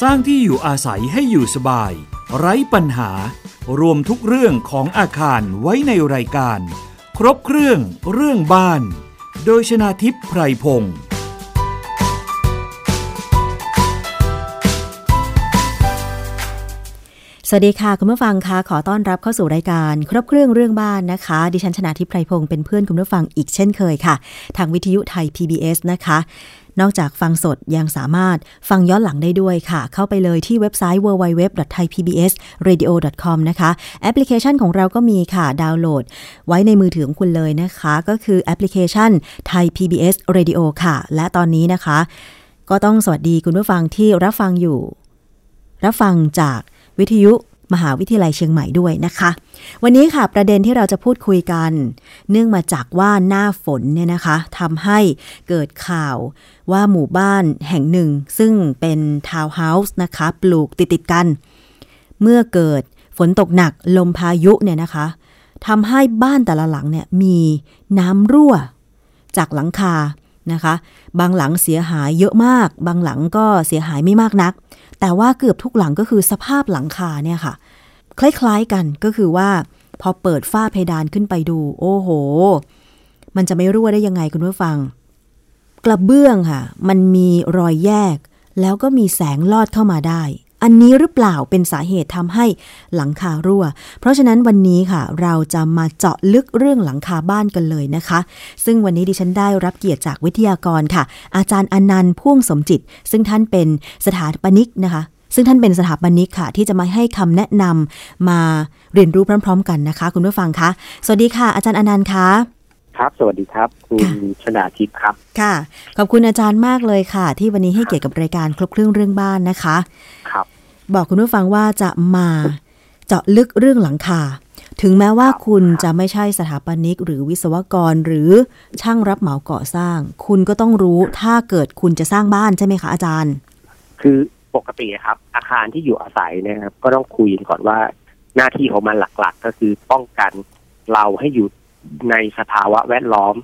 สร้างที่อยู่อาศัยให้อยู่สบาย ไร้ปัญหา รวมทุกเรื่องของอาคารไว้ในรายการ ครบเครื่องเรื่องบ้าน โดยชนาทิพย์ไพรพงศ์ สวัสดีค่ะ คุณผู้ฟังคะขอต้อนรับเข้าสู่รายการครบเครื่องเรื่องบ้านนะคะ ดิฉันชนะทิพไพรพงศ์เป็นเพื่อนคุณผู้ฟังอีกเช่นเคยค่ะ ทางวิทยุไทย PBS นะคะ นอกจากฟังสดยังสามารถฟังย้อนหลังได้ด้วยค่ะ เข้าไปเลยที่เว็บไซต์ www.thaipbsradio.com นะคะแอปพลิเคชันของเราก็มีค่ะดาวน์โหลด ไว้ในมือถือของคุณเลยนะคะ ก็คือแอปพลิเคชันไทย PBS Radio ค่ะ และตอนนี้นะคะ ก็ต้องสวัสดีคุณผู้ฟังที่รับฟังอยู่ รับฟังจากวิทยุมหาวิทยาลัยเชียงใหม่ด้วยนะคะ วันนี้ค่ะประเด็นที่เราจะพูดคุยกัน เนื่องมาจากว่าหน้าฝนเนี่ยนะคะทำให้เกิดข่าวว่าหมู่บ้านแห่งหนึ่ง ซึ่งเป็นทาวน์เฮาส์นะคะ ปลูกติดติดๆกัน เมื่อเกิดฝนตกหนักลมพายุเนี่ยนะคะทำให้บ้านแต่ละหลังเนี่ยมีน้ำรั่ว จากหลังคานะคะ บางหลังเสียหายเยอะมาก บางหลังก็เสียหายไม่มากนัก แต่ว่าเกือบทุกหลังก็คือสภาพหลังคาเนี่ยค่ะ คล้ายๆกันก็คือว่า พอเปิดฝ้าเพดานขึ้นไปดู โอ้โห มันจะไม่รั่วได้ยังไงคุณผู้ฟัง กระเบื้องค่ะ มันมีรอยแยก แล้วก็มีแสงลอดเข้ามาได้ อันนี้หรือเปล่าเป็นสาเหตุทำให้หลังคารั่ว เพราะฉะนั้นวันนี้ค่ะ เราจะมาเจาะลึกเรื่องหลังคาบ้านกันเลยนะคะ ซึ่งวันนี้ดิฉันได้รับเกียรติจากวิทยากรค่ะ อาจารย์อนันต์พ่วงสมจิต ซึ่งท่านเป็นสถาปนิกนะคะ ซึ่งท่านเป็นสถาปนิกค่ะ ที่จะมาให้คำแนะนำมาเรียนรู้พร้อม ๆ กันนะคะ คุณผู้ฟังคะสวัสดีค่ะ อาจารย์อนันต์ค่ะ ครับ สวัสดีครับ คุณ ค่ะ ชนาทิพย์ครับ ค่ะ ขอบคุณอาจารย์มากเลยค่ะ ที่วันนี้ให้เกียรติกับรายการครบเครื่องเรื่องบ้านนะคะ ครับ บอกคุณผู้ฟังว่าจะมาเจาะลึกเรื่องหลังคา ถึงแม้ว่าคุณจะไม่ใช่สถาปนิก หรือวิศวกรหรือช่างรับเหมาก่อสร้าง คุณก็ต้องรู้ถ้าเกิดคุณจะสร้างบ้านใช่ไหมคะอาจารย์ คือปกติครับ อาคารที่อยู่อาศัยเนะครับ ก็ต้องคุยกันก่อนว่า หน้าที่ของมันหลัก ๆ ก็คือป้องกันเราให้อยู่ในสภาวะแวดล้อม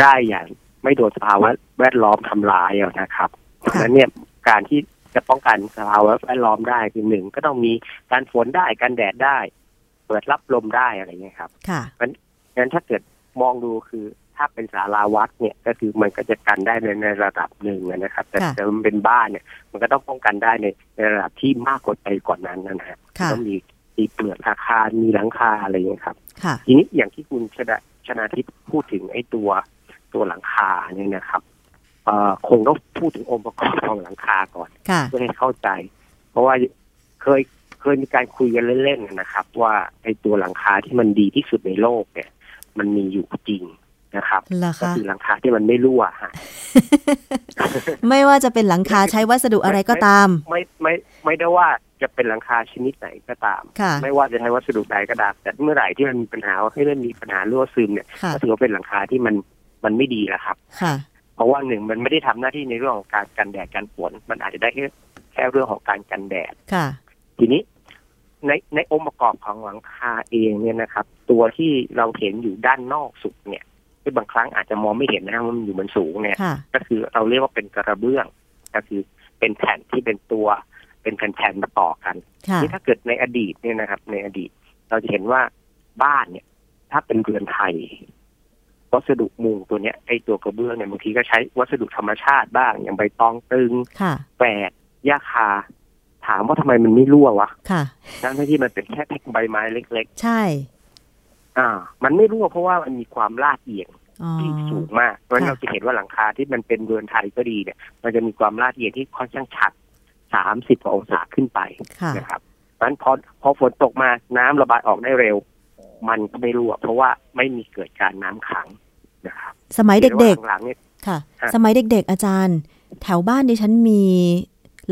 ได้อย่าง ไม่โดนสภาวะแวดล้อมทำร้ายอะนะครับเพราะฉะนั้นเนี่ยการที่จะป้องกันสภาวะแวดล้อมได้คือหนึ่งก็ต้องมีการฝนได้การแดดได้ เปิดรับลมได้อะไรเงี้ยครับ ค่ะ งั้นถ้าเกิดมองดูคือถ้าเป็นสาราวัดเนี่ยก็คือมันก็จะกันได้ในในระดับหนึ่งนะครับ แต่ ค่ะ แต่มันเป็นบ้านเนี่ย มันก็ต้องป้องกันได้ในในระดับที่มากกว่าไปกว่านั้นนะฮะ ค่ะ ต้องมีมีเปลือกอาคารมีหลังคาอะไรอย่างนี้ยครับ ค่ะ ทีนี้อย่างที่คุณชนะชนาทิพย์พูดถึงไอ้ตัวตัวหลังคาเนี่ยนะครับเอ่อคงต้องพูดถึงองค์ประกอบของหลังคาก่อน ค่ะ เพื่อให้เข้าใจ เพราะว่าเคยเคยมีการคุยกันเล่นๆนะครับ ว่าไอตัวหลังคาที่มันดีที่สุดในโลกเนี่ย มันมีอยู่จริงนะครับ เหรอ ก็ คะ คือหลังคาที่มันไม่รั่วฮะ ไม่ว่าจะเป็นหลังคาใช้วัสดุอะไรก็ตาม ไม่ไม่ไม่ได้ว่าจะเป็นหลังคาชนิดไหนก็ตาม ค่ะ ไม่ว่าจะใช้วัสดุใดก็ตามแต่เมื่อไหร่ที่มันมีปัญหาว่าให้มันมีปัญหารั่วซึมเนี่ย ค่ะ ก็ถือว่าเป็นหลังคาที่มันมันไม่ดีแล้วครับ ค่ะ เพราะว่าหนึ่งมันไม่ได้ทำหน้าที่ในเรื่องของการกันแดดกันฝนมันอาจจะได้แค่แค่เรื่องของการกันแดด ค่ะ ทีนี้ในในองค์ประกอบของหลังคาเองเนี่ยนะครับ ตัวที่เราเห็นอยู่ด้านนอกสุดเนี่ยที่บางครั้งอาจจะมองไม่เห็นนะครับว่ามันอยู่บนสูงเนี่ย ค่ะ ก็คือเราเรียกว่าเป็นกระเบื้อง ก็คือเป็นแผ่นที่เป็นตัว เป็นแผ่นๆมาต่อกัน ค่ะ นี่ถ้าเกิดในอดีตเนี่ยนะครับ ในอดีต เราจะเห็นว่าบ้านเนี่ย ถ้าเป็นเรือนไทย วัสดุมุงตัวเนี้ยไอตัวกระเบื้องเนี่ยบางทีก็ใช้วัสดุธรรมชาติบ้าง อย่างใบตองตึง ค่ะ แฝดหญ้าคา ถามว่าทำไมมันไม่รั่ววะ ค่ะ ทั้งที่มันเป็นแค่แผ่นใบไม้เล็ก ใช่ ๆ อ่า มันไม่รั่วเพราะว่ามันมีความลาดเอียง อ๋อ ที่สูงมาก เพราะฉะนั้น ค่ะ เราจะเห็นว่าหลังคาที่มันเป็นเรือนไทยก็ดีเนี่ย มันจะมีความลาดเอียงที่ค่อนข้างชัดสามสิบกว่าองศาขึ้นไป ค่ะ นะครับเพราะฉะนั้นพอพอฝนตกมาน้ำระบายออกได้เร็ว มันก็ไม่รั่วเพราะว่าไม่มีเกิดการน้ำขังนะครับ สมัยเด็ก หรือว่าหลังๆเนี่ย ค่ะ ฮะ สมัยเด็ก ๆ อาจารย์ แถวบ้านดิฉันมี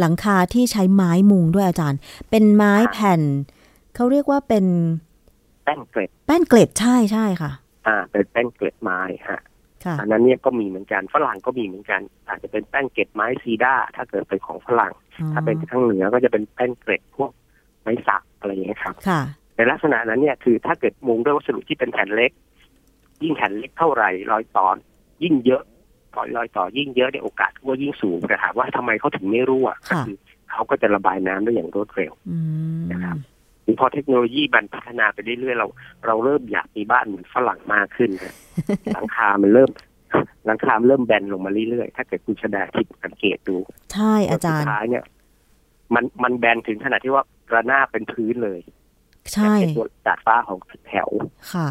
หลังคาที่ใช้ไม้มุงด้วยอาจารย์ เป็นไม้แผ่น เขาเรียกว่าเป็น แป้งเกล็ด แป้นเกล็ดใช่ใช่ค่ะ อ่า เป็นแป้งเกล็ดไม้ฮะ ค่ะ อันนั้นเนี่ยก็มีเหมือนกันฝรั่งก็มีเหมือนกัน อาจจะเป็นแป้งเกล็ดไม้ซีด้าถ้าเกิดเป็นของฝรั่ง ถ้าเป็นทางเหนือก็จะเป็นแป้นเกล็ดพวกไม้สักอะไรอย่างเงี้ยครับ ค่ะ ในลักษณะนั้นเนี่ยคือถ้าเกิดมุงด้วยวัสดุที่เป็นแผ่นเล็ก ยิ่งแผ่นเล็กเท่าไหร่รอยต่อยิ่งเยอะต่อรอยต่อยิ่งเยอะเนี่ยโอกาสรั่วยิ่งสูงแต่ถามว่าทำไมเขาถึงไม่รั่วก็ ค่ะ คือ เขาก็จะระบายน้ำได้อย่างรวดเร็ว อืม นะครับ หรือพอเทคโนโลยีมันพัฒนาไปเรื่อยๆเรา เราเริ่มอยากมีบ้านเหมือนฝรั่งมากขึ้นนะ หลังคา มันเริ่ม หลังคา มันเริ่มแบนลงมาเรื่อยๆ ถ้าเกิดคุณชดาทิพย์สังเกตดู ใช่อาจาร สุ ย์ ดท้ายเนี่ย มันมันแบนถึงขนาดที่ว่าระนาบเป็นพื้นเลย ใช่ เป็นตัวดาดฟ้าของตึกแถว ค่ะ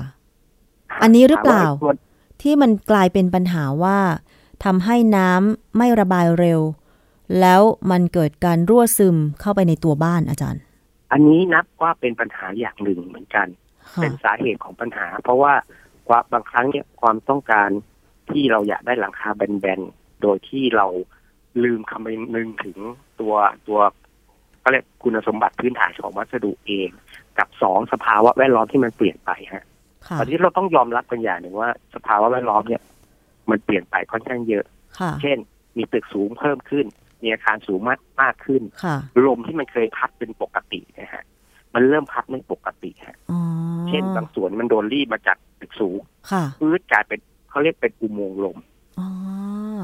อันนี้หรือเปล่า ถมว่ไอ้ตัว ที่มันกลายเป็นปัญหาว่าทำให้น้ำไม่ระบายเร็ว แล้วมันเกิดการรั่วซึมเข้าไปในตัวบ้านอาจารย์ อันนี้นับว่าเป็นปัญหาอย่างหนึ่งเหมือนกัน ค่ะ เป็นสาเหตุของปัญหา เพราะว่าความบางครั้งเนี่ยความต้องการที่เราอยากได้หลังคาแบนๆ โดยที่เราลืมคำนึงถึงตัวตัวก็เรียกคุณสมบัติพื้นฐานของวัสดุเอง กับสองสภาวะแวดล้อมที่มันเปลี่ยนไปฮะ ค่ะ ตอนนี้เราต้องยอมรับกันอย่างหนึ่งว่า สภาวะแวดล้อมเนี่ย มันเปลี่ยนไปค่อนข้างเยอะ ค่ะ เช่น มีตึกสูงเพิ่มขึ้น มีอาคารสูงมากมากขึ้น ค่ะ ลมที่มันเคยพัดเป็นปกตินะฮะ มันเริ่มพัดไม่ปกติฮะ อ๋อ เช่นบางส่วนมันโดนรีบมาจากตึกสูง ค่ะ พื้นกลายเป็นเขาเรียกเป็นอุโมงค์ลม อ๋อ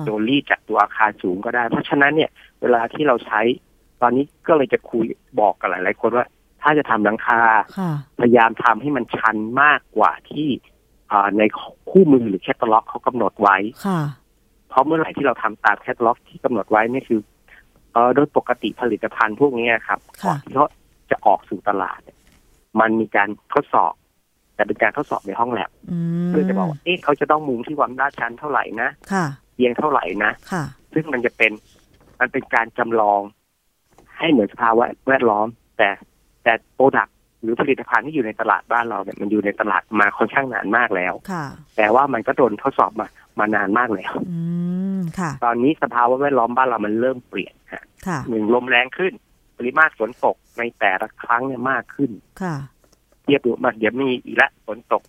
โดนรีดจากตัวอาคารสูงก็ได้ เพราะฉะนั้นเนี่ย เวลาที่เราใช้ ตอนนี้ก็เลยจะคุยบอกกับหลาย ๆ คนว่า ถ้าจะทำหลังคา ค่ะ พยายามทำให้มันชันมากกว่าที่อ่าในคู่มือหรือแคตตาล็อกเขากำหนดไว้ ค่ะ เพราะเมื่อไหร่ที่เราทำตามแคตตาล็อกที่กำหนดไว้เนี่ยคือเออโดยปกติผลิตภัณฑ์พวกเนี้ยครับ ค่ะ ก่อนที่เขาจะออกสู่ตลาดเนี่ยมันมีการทดสอบ แต่เป็นการทดสอบในห้องแลบ อืม เพื่อจะบอกว่าเอ๊ะเขาจะต้องมุงที่ความลาดชันเท่าไหร่นะ ค่ะ เอียงเท่าไหร่นะ ค่ะ ซึ่งมันจะเป็นมันเป็นการจำลอง ให้เหมือนสภาวะแวดล้อม แต่แต่โปรดักหรือผลิตภัณฑ์ที่อยู่ในตลาดบ้านเราเนี่ยมันอยู่ในตลาดมาค่อนข้างนานมากแล้ว ค่ะ แต่ว่ามันก็โดนทดสอบมามานานมากแล้ว อืม ค่ะ ตอนนี้สภาวะแวดล้อมบ้านเรามันเริ่มเปลี่ยนฮะ ค่ะ หนึ่งลมแรงขึ้น ปริมาตรฝนตกในแต่ละครั้งเนี่ยมากขึ้น ค่ะ เทียบดูมาเดี๋ยวมีอีกละฝนตก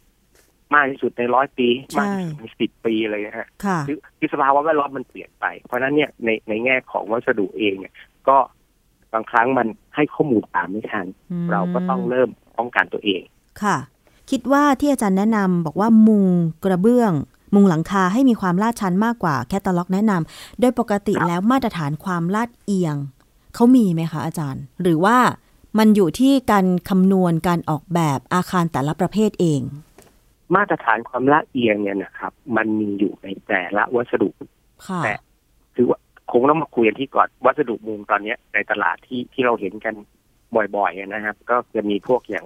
มากที่สุดในร้อยปี ใช่ มากที่สุดในสิบปีเลยนะฮะ ค่ะ คือคือสภาวะแวดล้อมมันเปลี่ยนไป เพราะฉะนั้นเนี่ยในในแง่ของวัสดุเองเนี่ย ก็บางครั้งมันให้ข้อมูลตามไม่ทัน อืม เราก็ต้องเริ่มป้องกันตัวเอง ค่ะ คิดว่าที่อาจารย์แนะนำบอกว่ามุงกระเบื้อง มุงหลังคาให้มีความลาดชันมากกว่าแคตตาล็อกแนะนำโดยปกติแล้วมาตรฐานความลาดเอียง เขามีไหมคะอาจารย์ หรือว่ามันอยู่ที่การคำนวณการออกแบบอาคารแต่ละประเภทเอง มาตรฐานความละเอียงเนี่ยนะครับ มันมีอยู่ในแต่ละวัสดุ ค่ะ แต่ คือว่าคงต้องมาคุยกันที่ก่อนวัสดุมุงตอนเนี้ยในตลาดที่ที่เราเห็นกันบ่อยๆนะครับ ก็จะมีพวกอย่าง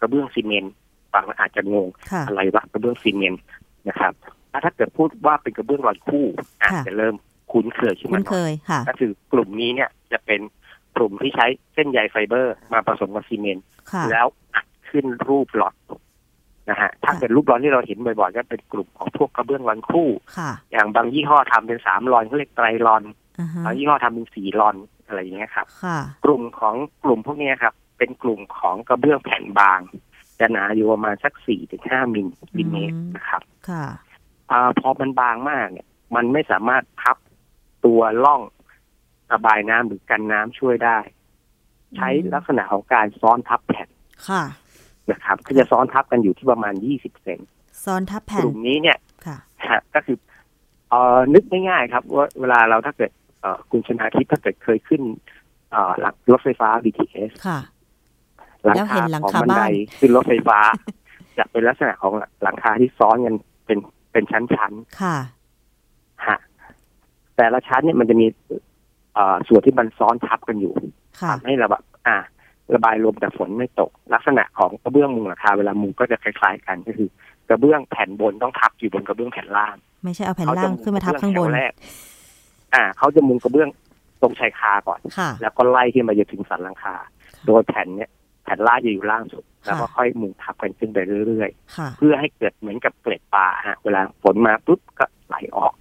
กระเบื้องซีเมนต์ฟังแล้วอาจจะงง ค่ะ อะไรวะกระเบื้องซีเมนต์นะครับอ่ะถ้าเกิดพูดว่าเป็นกระเบื้องรอยคู่อาจ ค่ะ จะเริ่มคุ้นเคยขึ้คุ้นมาน ห เค น่อย ยค่ะ ก็คือกลุ่มนี้เนี่ยจะเป็นกลุ่มที่ใช้เส้นใยไฟเบอร์ มาผสมกับซีเมนต์ ค่ะ แล้วอัดขึ้นรูปหลอดนะฮะถ้า ค่ะ เกิดรูปหลอดที่เราเห็นบ่อยๆก็เป็นกลุ่มของพวกกระเบื้องรอนคู่ ค่ะ อย่างบางยี่ห้อทำเป็นสามลอนเขาเรียกไตรลอน อ่าฮะ บางยี่ห้อทำเป็นสีลอนอะไรอย่างเงี้ยครับ ค่ะ กลุ่มของกลุ่มพวกเนี้ยครับ เป็นกลุ่มของกระเบื้องแผ่นบาง จะหนาอยู่ประมาณสักสี่ถึงห้ามิลลิเมตร อืม นะครับ ค่ะ อาพอมันบางมากเนี่ย มันไม่สามารถพับตัวล่องระบายน้ำหรือกันน้ำช่วยได้ ใช้ลักษณะของการซ้อนทับแผ่น ค่ะ นะครับก็จะซ้อนทับกันอยู่ที่ประมาณยี่สิบเซน ซ้อนทับ ก แผ่น ลุ่มนี้เนี่ย ค่ะ ฮะก็คือเอ่อนึกง่ายๆครับว่าเวลาเราถ้าเกิดเอ่อคุณชนาทิพย์ถ้าเกิดเคยขึ้นเอ่อหลังรถไฟฟ้า BTS ค่ะ หลัง แล้วเห็ คาน หลัง ของ คา บันได บ้าน ขึ้นรถไฟฟ้า จะเป็นลักษณะของหลังคาที่ซ้อนกันเป็นเป็นชั้น ค่ะ ๆฮะแต่ละชั้นเนี่ยมันจะมีเอ่อส่วนที่มันซ้อนทับกันอยู่ ค่ะ ทำให้เราแบบอ่า ระบายลมแต่ฝนไม่ตก ลักษณะของกระเบื้องมุงหลังคาเวลามุงก็จะคล้ายๆกันก็คือกระเบื้องแผ่นบนต้องทับอยู่บนกระเบื้องแผ่นล่าง ไม่ใช่เอาแผ่นล่างขึ้นมาทับข้างบน เขจะมุกระเบื้องแถวแรกอ่า เขาจะมุงกระเบื้องตรงชายคาก่อน ค่ะ แล้วก็ไล่ขึ้นมาจนถึงสันหลังคา โดยแผ่นเนี่ยแผ่นล่างจะอยู่ล่างสุด ค่ะ แล้วก็ค่อยมุงทับกันขึ้นไปเรื่อย ค่ะ ๆ เพื่อให้เกิดเหมือนกับเกล็ดปลาฮะ เวลาฝนมาปุ๊บก็ไหลออก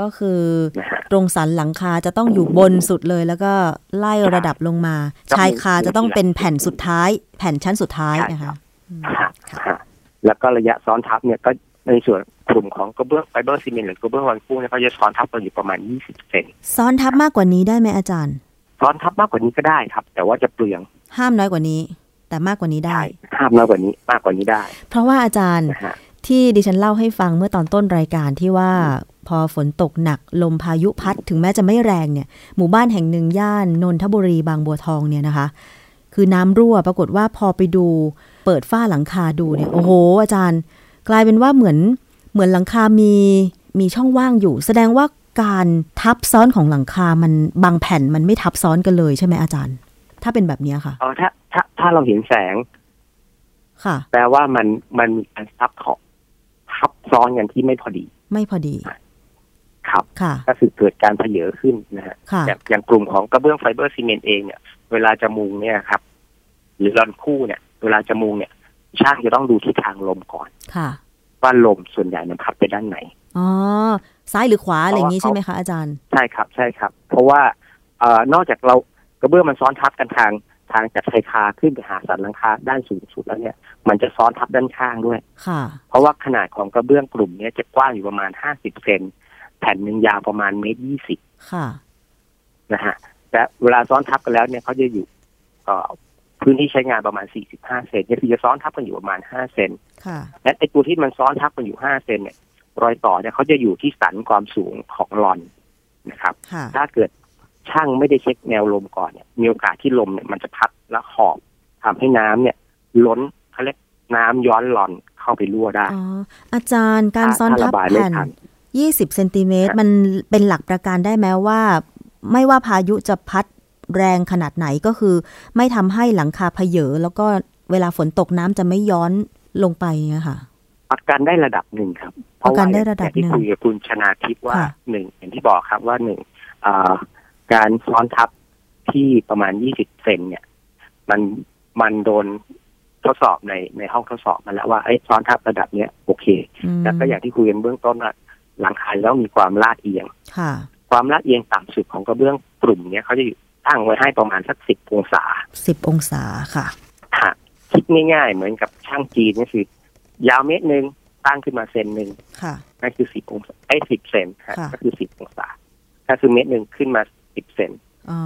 ก็คือ นะฮะ ตรงสันหลังคาจะต้องอยู่บนสุดเลย แล้วก็ไล่ระดับลงมา ครับ ชายคาจะต้องเป็นแผ่นสุดท้าย แผ่นชั้นสุดท้าย ใช่ นะ ครั คะ บ อืม ฮะ ค่ะ ฮะแล้วก็ระยะซ้อนทับเนี่ยก็ในส่วนกลุ่มของกระเบื้องไฟเบอร์ซีเมนต์หรือกระเบื้องวันคู่เนี่ยเขาจะซ้อนทับกันอยู่ประมาณ 20 เซน ซ้อนทับมากกว่านี้ได้ไหมอาจารย์ ซ้อนทับมากกว่านี้ก็ได้ครับ แต่ว่าจะเปลือง ห้ามน้อยกว่านี้ แต่มากกว่านี้ได้ ใช่ห้ามน้อยกว่านี้มากกว่านี้ได้ เพราะว่าอาจารย์ นะฮะ ที่ดิฉันเล่าให้ฟังเมื่อตอนต้นรายการที่ว่า พ พอฝนตกหนักลมพายุพัดถึงแม้จะไม่แรงเนี่ย หมู่บ้านแห่งหนึ่งย่านนนทบุรีบางบัวทองเนี่ยนะคะ คือน้ำรั่วปรากฏว่าพอไปดู เปิดฝ้าหลังคาดูเนี่ยโอ้โห อาจารย์ กลายเป็นว่าเหมือนเหมือนหลังคามีมีช่องว่างอยู่ แสดงว่าการทับซ้อนของหลังคามันบางแผ่นมันไม่ทับซ้อนกันเลยใช่ไหมอาจารย์ ถ้าเป็นแบบเนี้ยค่ะ เออถ้าถ้าถ้าเราเห็นแสง ค่ะ แปลว่ามันมันมีการซับของทับซ้อนกันที่ไม่พอดี ไม่พอดี ครับ ค่ะ ก็คือเกิดการเพเยอขึ้นนะฮะ ค่ะ อย่างอย่างกลุ่มของกระเบื้องไฟเบอร์ซีเมนต์เองเนี่ย เวลาจะมุงเนี่ยครับ หรือรอนคู่เนี่ย เวลาจะมุงเนี่ยช่างจะต้องดูทิศทางลมก่อน ค่ะ ว่าลมส่วนใหญ่มันพัดไปด้านไหน อ๋อซ้ายหรือขวาอะไรอย่างนี้ใช่ไหมคะอาจารย์ ใช่ครับใช่ครับ เพราะว่าเอ่อนอกจากเรากระเบื้องมันซ้อนทับกันทางทางจากชายคาขึ้นไปหาสันหลังคาด้านสูงสุดแล้วเนี่ย มันจะซ้อนทับด้านข้างด้วย ค่ะ เพราะว่าขนาดของกระเบื้องกลุ่มเนี้ยจะกว้างอยู่ประมาณ 50 เซนแผ่นหนึ่งยาวประมาณเมตรยี่สิบ ค่ะ นะฮะและเวลาซ้อนทับกันแล้วเนี่ยเขาจะอยู่เอ่อพื้นที่ใช้งานประมาณ 45 เซนเนี่ยคือจะซ้อนทับกันอยู่ประมาณ 5 เซน ค่ะ และไอ้ตัวที่มันซ้อนทับกันอยู่ 5 เซนเนี่ย รอยต่อเนี่ยเขาจะอยู่ที่สันความสูงของลอนนะครับ ค่ะ ถ้าเกิดช่างไม่ได้เช็คแนวลมก่อนเนี่ยมีโอกาสที่ลมเนี่ยมันจะพัดและหอบทำให้น้ำเนี่ย ล้นเขาเรียกน้ำย้อนหลอนเข้าไปรั่วได้ อ๋อ อาจารย์การซ้อน ถ้ ทับบระายไม่ แผ่น ทัน 20เซนติเมตร ครับ มันเป็นหลักประกันได้ไหมว่า ไม่ว่าพายุจะพัดแรงขนาดไหนก็คือ ไม่ทำให้หลังคาเพเยอแล้วก็เวลาฝนตกน้ำจะไม่ย้อนลงไปเนี่ยค่ะ ประกันได้ระดับหนึ่งครับ ประกันได้ระดับหนึ่ง อย่างที่คุยกับคุณชนาทิพย์ว่า ค่ะ หนึ่งอย่างที่บอกครับว่าหนึ่งอ่าการซ้อนทับที่ประมาณยี่สิบเซนเนี่ย มันมันโดนทดสอบในในห้องทดสอบมาแล้วว่าไอ้ยซ้อนทับระดับเนี้ยโอเค ม แต่ก็อย่างที่คุยกันเบื้องต้นว่าหลังคาแล้วมีความลาดเอียง ค่ะ ความลาดเอียงต่ำสุดของกระเบื้องกลุ่มเนี้ยเขาจะอยู่ตั้งไว้ให้ประมาณสักสิบองศา 10 องศาค่ะ หากคิดง่ายๆเหมือนกับช่างจีนนี่คือยาวเมตรหนึ่งตั้งขึ้นมาเซนหนึ่ง ค่ะ นั่นคือสิบองศาไอ้สิบเซนฮะ ค่ะ ก็คือสิบองศาถ้าคือเมตรหนึ่งขึ้นมาสิบเซน อ๋อ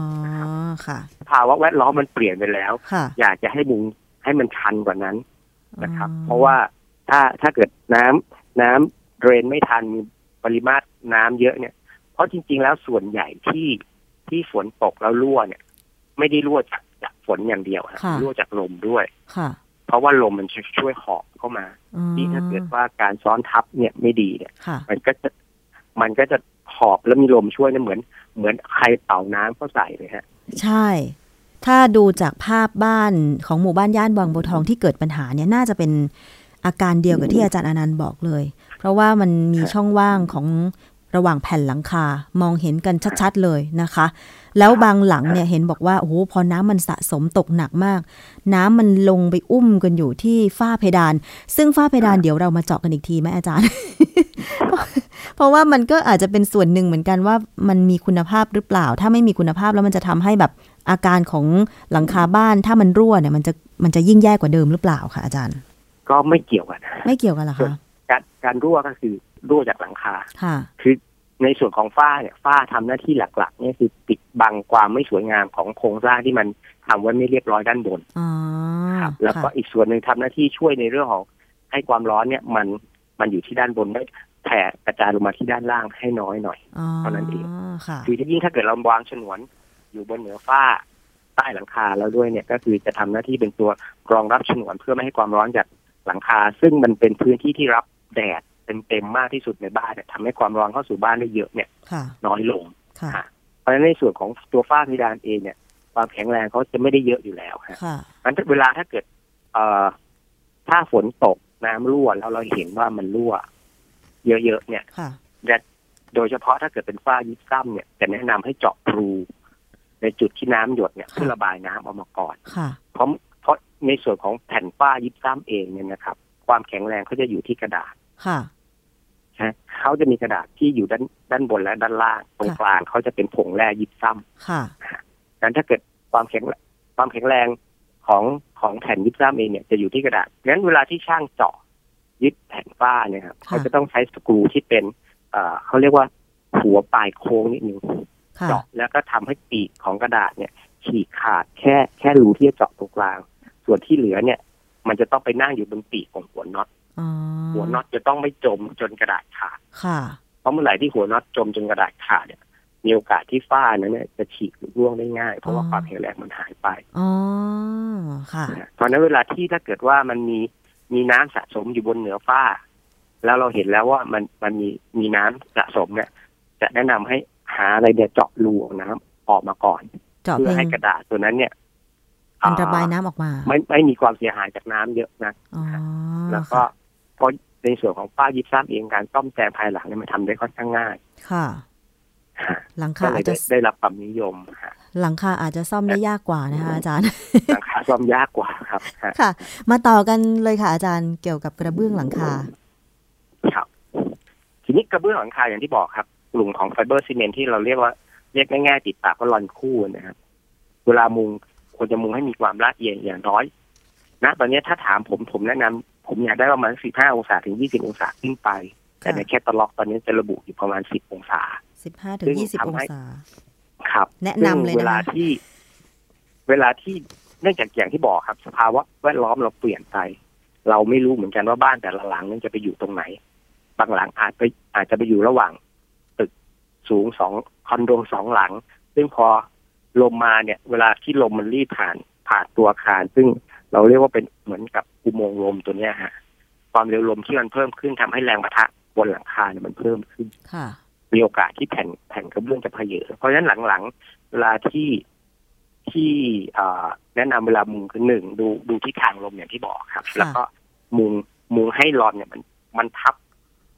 ค่ะ ภาวะแวดล้อมมันเปลี่ยนไปแล้ว ค่ะ อยากจะให้มุงให้มันชันกว่านั้นนะครับ อ๋อ เพราะว่าถ้าถ้าเกิดน้ำน้ำเดรนไม่ทันมีปริมาตรน้ำเยอะเนี่ย เพราะจริง ๆ แล้วส่วนใหญ่ที่ที่ฝนตกแล้วรั่วเนี่ย ไม่ได้รั่วจากจากฝนอย่างเดียวครับ ค่ะ รั่วจากลมด้วย ค่ะ เพราะว่าลมมันจะช่วยหอบเข้ามา อ๋อ ที่ถ้าเกิดว่าการซ้อนทับเนี่ยไม่ดีเนี่ย ค่ะ มันก็จะมันก็จะหอบแล้วมีลมช่วยเนี่ยเหมือน เหมือนใครเป่าน้ำเข้าใส่เลยฮะ ใช่ ถ้าดูจากภาพบ้านของหมู่บ้านย่านบางบัวทองที่เกิดปัญหาเนี่ยน่าจะเป็นอาการเดียวกับที่อาจารย์อนันต์บอกเลย เพราะว่ามันมี ครับ ช่องว่างของระหว่างแผ่นหลังคา มองเห็นกันชัดๆเลยนะคะ แล้วบางหลังเนี่ยเห็นบอกว่าโอ้โหพอน้ำมันสะสมตกหนักมาก น้ำมันลงไปอุ้มกันอยู่ที่ฝ้าเพดาน ซึ่งฝ้าเพดาน ครับ เดี๋ยวเรามาเจาะกันอีกทีไหมอาจารย์ เพราะว่ามันก็อาจจะเป็นส่วนหนึ่งเหมือนกันว่ามันมีคุณภาพหรือเปล่า ถ้าไม่มีคุณภาพแล้วมันจะทำให้แบบอาการของหลังคาบ้านถ้ามันรั่วเนี่ยมันจะมันจะยิ่งแย่กว่าเดิมหรือเปล่าคะอาจารย์ ก็ไม่เกี่ยวกันนะ ไม่เกี่ยวกันเหรอคะ การการรั่วก็คือรั่วจากหลังคา ค่ะ คือในส่วนของฝ้าเนี่ยฝ้าทำหน้าที่หลักๆเนี่ยคือปิดบังความไม่สวยงามของโครงสร้างที่มันทำไว้ไม่เรียบร้อยด้านบน อ๋อ ครับแล้วก็อีกส่วนหนึ่งทำหน้าที่ช่วยในเรื่องของให้ความร้อนเนี่ยมันมันอยู่ที่ด้านบนได้แผ่กระจายลงมาที่ด้านล่างให้น้อยหน่อย อ๋อ เท่านั้นเอง ค่ะ คือยิ่งถ้าเกิดเราวางฉนวนอยู่บนเหนือฝ้าใต้หลังคาแล้วด้วยเนี่ยก็คือจะทำหน้าที่เป็นตัวกรองรับฉนวนเพื่อไม่ให้ความร้อนจากหลังคา ซึ่งมันเป็นพื้นที่ที่รับแดดเต็มๆมากที่สุดในบ้านเนี่ยทำให้ความร้อนเข้าสู่บ้านได้เยอะเนี่ย ค่ะ น้อยลง ค่ะ เพราะฉะนั้นในส่วนของตัวฝ้าเพดานเองเนี่ย ความแข็งแรงเขาจะไม่ได้เยอะอยู่แล้วครับ ค่ะ งั้นเวลาถ้าเกิด เอ่อถ้าฝนตกน้ำรั่วแล้วเราเห็นว่ามันรั่ว เยอะๆเนี่ย ค่ะ โดยเฉพาะถ้าเกิดเป็นฝ้ายิบซ้ำเนี่ยจะแนะนำให้เจาะรูในจุดที่น้ำหยดเนี่ยเพื่อระบายน้ำออกมาก่อน ค่ะ เพราะเพราะในส่วนของแผ่นฝ้ายิบซ้ำเองเนี่ยนะครับ ความแข็งแรงเขาจะอยู่ที่กระดาษ ค่ะ นะเขาจะมีกระดาษที่อยู่ด้านด้านบนและด้านล่าง ตรง ค่ะ กลางเขาจะเป็นผงแร่ยิบซ้ำ ค่ะ ดังนั้นถ้าเกิดความแข็งความแข็งแรงของของแผ่นยิบซ้ำเองเนี่ยจะอยู่ที่กระดาษงั้นเวลาที่ช่างเจาะยึดแผ่นฝ้าเนี่ยครับ ค่ะ เขาจะต้องใช้สกรูที่เป็นเอ่อเขาเรียกว่าหัวปลายโค้งนิดนึง ค่ะ เจาะแล้วก็ทำให้ปีกของกระดาษเนี่ย ฉีกขาดแค่แค่รูที่จะเจาะตรงกลาง ส่วนที่เหลือเนี่ย มันจะต้องไปนั่งอยู่บนปีกของหัวน็อต อ๋อ หัวน็อตจะต้องไม่จมจนกระดาษขาด ค่ะ เพราะเมื่อไหร่ที่หัวน็อตจมจนกระดาษขาดเนี่ยมีโอกาสที่ฝ้านั้นเนี่ยจะฉีกหรือร่วงได้ง่าย เพราะว่า อ๋อ ความแข็งแรงมันหายไป อ๋อค่ะ นะเพราะฉะนั้นเวลาที่ถ้าเกิดว่ามันมีมีน้ำสะสมอยู่บนเหนือฝ้า แล้วเราเห็นแล้วว่ามันมันมีมีน้ำสะสมเนี่ย จะแนะนำให้หาอะไรเนี่ยเจาะรูของน้ำออกมาก่อน เจาะ เพื่ เพ อ ลง ให้กระดาษตัวนั้นเนี่ย มันระบายน้ำออกมา ไม่ไม่มีความเสียหายจากน้ำเยอะนะ อ๋อ แล้วก็เพราะในส่วนของฝ้ายิบซ้ำเองการซ่อมแซมภายหลังเนี่ยมันทำได้ค่อนข้างง่าย ค่ะ ฮะ หลัง ก็ คา เล อาจ ย จะ ได้ได้รับความนิยม ฮะ หลังคาอาจจะซ่อมได้ยากกว่านะคะ อาจารย์ หลังคาซ่อมยากกว่าครับฮะ ค่ะ มาต่อกันเลยค่ะอาจารย์เกี่ยวกับกระเบื้องหลังคา ครับ ทีนี้กระเบื้องหลังคาอย่างที่บอกครับ กลุ่มของไฟเบอร์ซีเมนต์ที่เราเรียกว่าเรียกง่ายๆติดปากว่าลอนคู่นะครับ เวลามุงควรจะมุงให้มีความลาดเอียงอย่างน้อยนะตอนนี้ถ้าถามผมผมแนะนำผมอยากได้ประมาณ 15 องศาถึง 20 องศาขึ้นไป แต่ในแคตตาล็อกตอนนี้จะระบุอยู่ประมาณ 10 องศา สิบห้าถึ ซึ่ ง ง ยี่สิบ ทำ อง ให้ ศา ครับ แนะนำเลยนะคะ ซึ่งเวลาที่ เวลาที่เนื่องจากอย่างที่บอกครับ สภาวะแวดล้อมเราเปลี่ยนไป เราไม่รู้เหมือนกันว่าบ้านแต่ละหลังนั้นจะไปอยู่ตรงไหน บางหลังอาจไปอาจจะไปอยู่ระหว่าง ตึกสูงสองคอนโดสองหลัง ซึ่งพอลมมาเนี่ย เวลาที่ลมมันรีบผ่านผ่านตัวอาคาร ซึ่งเราเรียกว่าเป็นเหมือนกับอุโมงค์ลมตัวเนี้ยฮะ ความเร็วลมที่มันเพิ่มขึ้นทำให้แรงปะทะบนหลังคาเนี่ยมันเพิ่มขึ้น ค่ะ มีโอกาสที่แผ่นแผ่นกระเบื้องจะเพเยอะเพราะฉะนั้นหลังๆ เวลาที่ที่อ่าแนะนำเวลามุงคือหนึ่งดูดูทิศทางลมอย่างที่บอกครับ ค่ะ แล้วก็มุงมุงให้ลอนเนี่ยมันมันทับ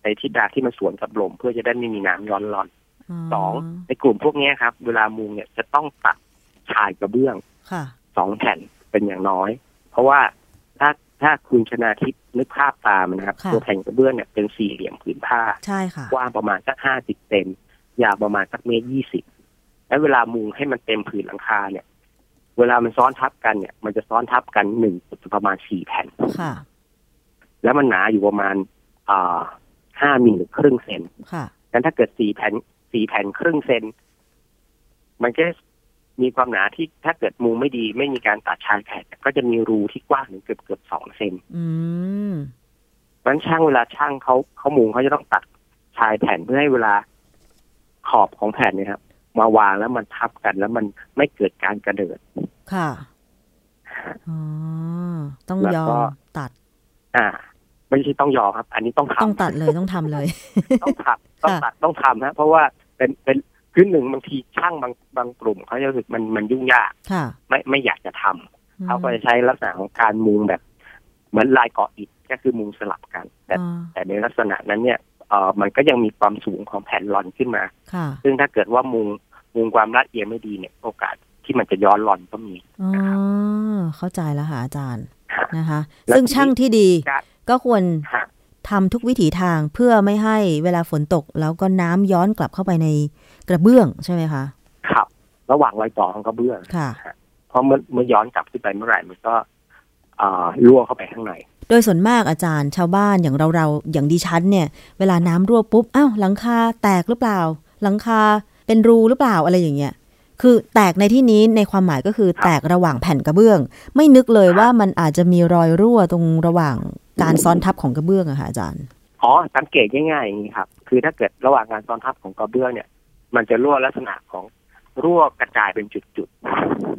ในทิศทางที่มันสวนกับลม เพื่อจะได้ไม่มีน้ำย้อนลอนสองในกลุ่มพวกเนี้ยครับ เวลามุงเนี่ยจะต้องตัดชายกระเบื้อง ค่ะ สองแผ่นเป็นอย่างน้อย เพราะว่าถ้าถ้าคุณชนาทิพย์นึกภาพตามนะครับ ค่ะ ตัวแผ่นกระเบื้องเนี่ยเป็นสี่เหลี่ยมผืนผ้า ใช่ค่ะ กว้างประมาณสักห้าสิบเซนยาวประมาณสักเมตรยี่สิบและเวลามุงให้มันเต็มผืนหลังคาเนี่ย เวลามันซ้อนทับกันเนี่ย มันจะซ้อนทับกันหนึ่งประมาณสี่แผ่น ค่ะ แล้วมันหนาอยู่ประมาณอ่าห้ามิลหรือครึ่งเซน ค่ะ งั้นถ้าเกิดสี่แผ่นสี่แผ่นครึ่งเซน มันก็มีความหนาที่ถ้าเกิดมุงไม่ดี ไม่มีการตัดชายแผ่นก็จะมีรูที่กว้างถึงเกือบเกือบสองเซน อืม เพราะฉะนั้นช่างเวลาช่างเขาเขามุงเขาจะต้องตัดชายแผ่นเพื่อให้เวลาขอบของแผ่นเนี่ยครับ มาวางแล้วมันทับกันแล้วมันไม่เกิดการกระเดิด ค่ะ อ๋อ ต้อง แล้ว ยอม ก็ ตัด อ่า ไม่ใช่ต้องยอมครับ อันนี้ต้องทำ ต้องตัดเลยต้องทำเลย ต้อง ทำต้องตัดต้องทำนะเพราะว่าเป็นเป็นคือหนึ่งบางทีช่างบางบางกลุ่มเขาจะรู้สึกมันมันยุ่งยาก ค่ะ ไม่ไม่อยากจะทำ อืม เขาก็จะใช้ลักษณะของการมุงแบบ เหมือนลายเกาะอิฐก็คือมุงสลับกัน แต่ อ๋อ แต่ในลักษณะนั้นเนี่ยเออมันก็ยังมีความสูงของแผ่นรอนขึ้นมา ค่ะ ซึ่งถ้าเกิดว่ามุงมุงความลาดเอียงไม่ดีเนี่ย โอกาสที่มันจะย้อนหลอนก็มี อ๋อ เข้าใจแล้วค่ะอาจารย์ ครับ นะคะ แล้ว ซึ่งช่างที่ดี ครับ ก็ควร ฮะ ทำทุกวิถีทางเพื่อไม่ให้เวลาฝนตก แล้วก็น้ำย้อนกลับเข้าไปในกระเบื้องใช่ไหมคะ ครับ ระหว่างรอยต่อของกระเบื้อง ค่ะ เพราะเมื่อเมื่อย้อนกลับขึ้นไปเมื่อไหร่มันก็อ่ารั่วเข้าไปข้างใน โดยส่วนมากอาจารย์ชาวบ้านอย่างเราเราๆอย่างดิฉันเนี่ย เวลาน้ำรั่วปุ๊บอ้าวหลังคาแตกหรือเปล่า หลังคาเป็นรูหรือเปล่าอะไรอย่างเงี้ยคือแตกในที่นี้ในความหมายก็คือแตกระหว่างแผ่นกระเบื้อง ไม่นึกเลยว่ามันอาจจะมีรอยรั่วตรงระหว่างการซ้อนทับของกระเบื้องอะค่ะอาจารย์ อ๋อ สังเกตง่ายๆอย่างนี้ครับ คือถ้าเกิดระหว่างการซ้อนทับของกระเบื้องเนี่ย มันจะรั่วลักษณะของรั่วกระจายเป็นจุด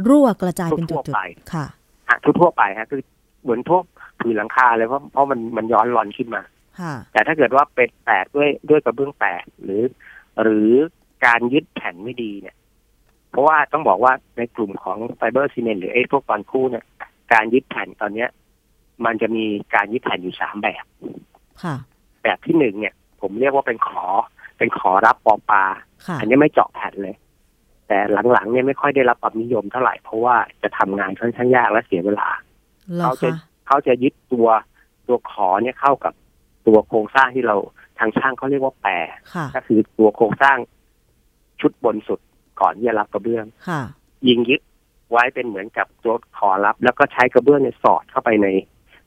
รั่วกระจายเป็นจุ ทั่ ด วไป ๆค่ะ ๆอ่ะทั่วๆไปฮะคือเหมือนทั่วผืนหลังคาเลยเพราะเพราะมันมันย้อนหลอนขึ้นมา ค่ะ แต่ถ้าเกิดว่าเป็นแตกด้วยด้วยกระเบื้องแตกหรือ หรือการยึดแผ่นไม่ดีเนี่ย เพราะว่าต้องบอกว่าในกลุ่มของไฟเบอร์ซีเมนต์หรือไอ้พวกบอลคู่เนี่ย การยึดแผ่นตอนเนี้ย มันจะมีการยึดแผ่นอยู่สามแบบ ค่ะ แบบที่หนึ่งเนี่ย ผมเรียกว่าเป็นขอ เป็นขอรับปอปลา ค่ะ อันนี้ไม่เจาะแผ่นเลย แต่หลังๆเนี่ยไม่ค่อยได้รับความนิยมเท่าไหร่เพราะว่าจะทำงานค่อนข้างยากและเสียเวลา เหรอ เขาจะ คะ เขาจะยึดตัวตัวขอเนี่ยเข้ากับตัวโครงสร้างที่เราทางช่างเขาเรียกว่าแปร ค่ะ ก็คือตัวโครงสร้างชุดบนสุดก่อนที่จะรับกระเบื้อง ค่ะ ยิงยึดไว้เป็นเหมือนกับตัวขอรับ แล้วก็ใช้กระเบื้องเนี่ยสอดเข้าไปใน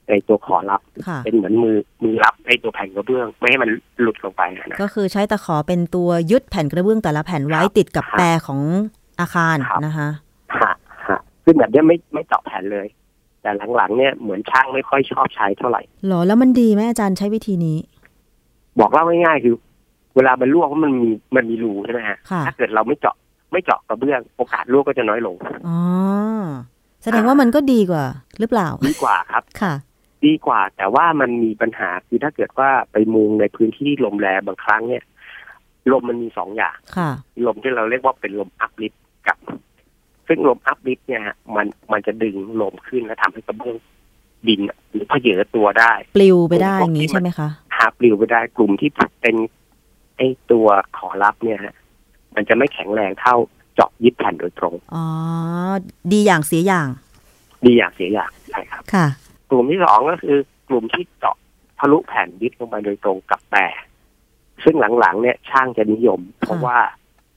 ในตัวขอรับ ค่ะ เป็นเหมือนมือมือรับไอ้ตัวแผ่นกระเบื้อง ไม่ให้มันหลุดลงไปนะ ก็คือใช้ตะขอเป็นตัวยึดแผ่นกระเบื้องแต่ละแผ่นไว้ ครับ ติดกับ ครับ แปรของอาคาร ครับ นะคะ ฮะฮะซึ่งแบบเนี้ยไม่ไม่เจาะแผ่นเลย แต่หลังๆเนี่ยเหมือนช่างไม่ค่อยชอบใช้เท่าไหร่ หรอแล้วมันดีไหมอาจารย์ใช้วิธีนี้ บอกเล่าง่ายๆคือ เวลามันรั่วเพราะมันมีมันมีรูใช่ไหมฮะ ค่ะ ถ้าเกิดเราไม่เจาะไม่เจาะกระเบื้องโอกาสรั่วก็จะน้อยลง อ๋อ แสดงว่ามันก็ดีกว่า หรือเปล่า ดีกว่าครับ ค่ะ ดีกว่าแต่ว่ามันมีปัญหาคือถ้าเกิดว่าไปมุงในพื้นที่ที่ลมแรงบางครั้งเนี่ย ลมมันมีสองอย่าง ค่ะ ลมที่เราเรียกว่าเป็นลมอัพลิฟกับ ซึ่งลมอัพลิฟเนี่ยฮะมันมันจะดึงลมขึ้นและทำให้กระเบื้องดินหรือเพเยอตัวได้ ปลิวไปได้อย่างนี้ใช่ไหมคะ หาปลิวไปได้กลุ่มที่เป็นไอตัวขอรับเนี่ยฮะมันจะไม่แข็งแรงเท่าเจาะยึดแผ่นโดยตรง อ๋อ ดีอย่างเสียอย่าง ดีอย่างเสียอย่างใช่ครับ ค่ะ กลุ่มที่สองก็คือกลุ่มที่เจาะทะลุแผ่นยึดลงไปโดยตรงกับแต่ ซึ่งหลังๆเนี่ยช่างจะนิยม เพราะว่า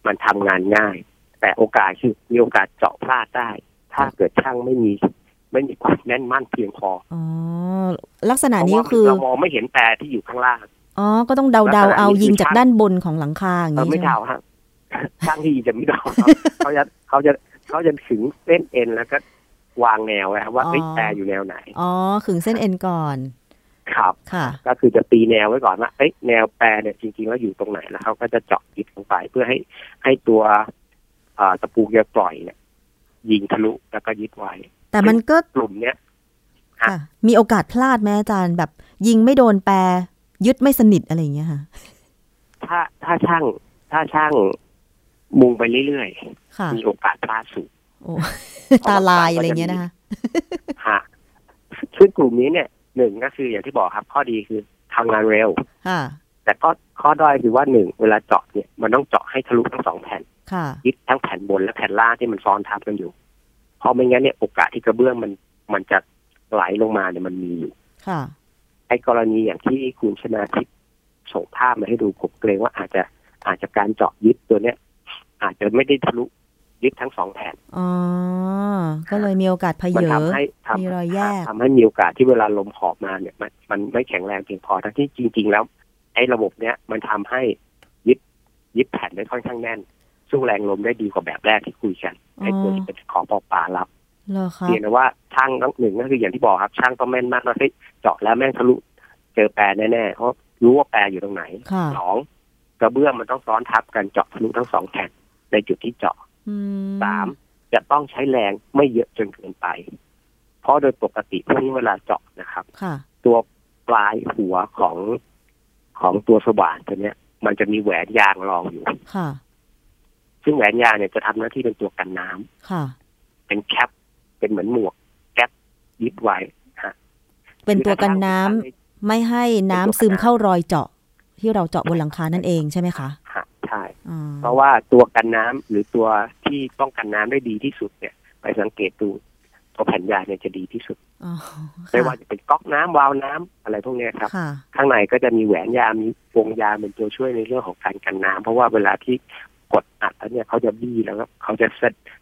มันทำงานง่าย แต่โอกาสคือมีโอกาสเจาะพลาดได้ ถ้าเกิดช่างไม่มี ไม่มีความแน่นมั่นเพียงพอ อ๋อ ลักษณะ เพราะ นี้ ว่า ก็คือ เรามองไม่เห็นแต่ที่อยู่ข้างล่าง อ๋อ ก็ต้องเดา ลักษ เดา ณะนี้ เอายิงจาก คือ ด้านบนของหลังคาอย่าง เออ นี้ ไม่ ใช่ไหม เดาครับ ช่างที่จะไม่เดาครับเขาจะเขาจะเขาจะถึงเส้นเอ็นแล้วก็วางแนวไว้ครับว่าเอ้ยแต่อยู่แนวไหน อ๋อ ขึงเส้นเอ็นก่อน ครับ ค่ะ ก็คือจะตีแนวไว้ก่อนว่าเอ้ยแนวแปรเนี่ยจริงๆแล้วอยู่ตรงไหนแล้วเขาก็จะเจาะยึดลงไปเพื่อให้ให้ตัวเอ่อตะปูเกียร์ปล่อยเนี่ย ยิงทะลุแล้วก็ยึดไว้ แต่มันก็ กลุ่มเนี้ย ครับ ค่ะ มีโอกาสพลาดไหมอาจารย์ แบบยิงไม่โดนแปร ยึดไม่สนิทอะไรอย่างเงี้ยค่ะ ถ้าถ้าช่างถ้าช่างมุงไปเรื่อย ค่ะ ๆมีโอกาสพลาด สูง โอ้ เพราะว่า ตาลายอะไรอย่างเงี้ยนะคะ ฮะซึ่งกลุ่มนี้เนี่ยหนึ่งก็คืออย่างที่บอกครับ ข้อดีคือทำงานเร็ว ค่ะ แต่ก็ข้อด้อยคือว่าหนึ่งเวลาเจาะเนี่ยมันต้องเจาะให้ทะลุทั้งสองแผ่น ค่ะ ยึดทั้งแผ่นบนและแผ่นล่างที่มันซ้อนทับกันอยู่ เพราะไม่งั้นเนี่ยโอกาสที่กระเบื้องมันมันจะไหลลงมาเนี่ยมันมีอยู่ ค่ะ ไอ้กรณีอย่างที่คุณชนาทิพย์ส่งภาพมาให้ดูผมเกรงว่าอาจจะอาจจะการเจาะยึดตัวเนี้ย อาจจะไม่ได้ทะลุยึดทั้งสองแผ่น อ๋อ ก็เลยมีโอกาสเพ มั เย ทำ อะ ให้ทำ มีรอยแยก ทำให้มีโอกาสที่เวลาลมขอบมาเนี่ยมันมันไม่แข็งแรงเพียงพอทั้งที่จริง ๆ แล้ว ไอ้ระบบเนี้ยมันทำให้ยึดยึดแผ่นได้ค่อนข้างแน่น สู้แรงลมได้ดีกว่าแบบแรกที่คุยกันไอ้ตัวที่เป็นขอบปอปลารับ เหรอคะ เพียงแต่ว่าช่างต้องหนึ่งก็คืออย่างที่บอกครับ ช่างต้องแม่นมากนะเฮ้ยเจาะแล้วแม่งทะลุเจอแปรแน่ๆเพราะรู้ว่าแปรอยู่ตรงไหน ค่ะ สองกระเบื้องมันต้องซ้อนทับกันเจาะทะลุทั้งสองแผ่นในจุดที่เจาะ อื สามจะต้องใช้แรงไม่เยอะจนเกินไป เพราะโดยปกติพวกนี้เวลาเจาะนะครับ ค่ะ ตัวปลายหัวของของตัวสว่านตัวเนี้ย มันจะมีแหวนยางรองอยู่ ค่ะ ซึ่งแหวนยางเนี่ยจะทำหน้าที่เป็นตัวกันน้ำ ค่ะ เป็นแคป เป็นเหมือนหมวกแคปยึดไว้ฮะ เป็นตัวกันน้ำ คือ ไม่ให้น้ำซึมเข้ารอยเจาะ ที่เราเจาะบนหลังคานั่นเองใช่ไหมคะ ฮะใช่ อ๋อ เพราะว่าตัวกันน้ำหรือตัวที่ป้องกันน้ำได้ดีที่สุดเนี่ย ไปสังเกตดูตัวแผ่นยาเนี่ยจะดีที่สุด อ๋อ ไม่ว่าจะเป็นก๊อกน้ำวาล์วน้ำอะไรพวกเนี้ยครับ ค่ะ ข้างในก็จะมีแหวนยา มีวงยาเป็นตัวช่วยในเรื่องของการกันน้ำเพราะว่าเวลาที่กดอัดแล้วเนี่ยเขาจะบี้แล้วก็เขาจะ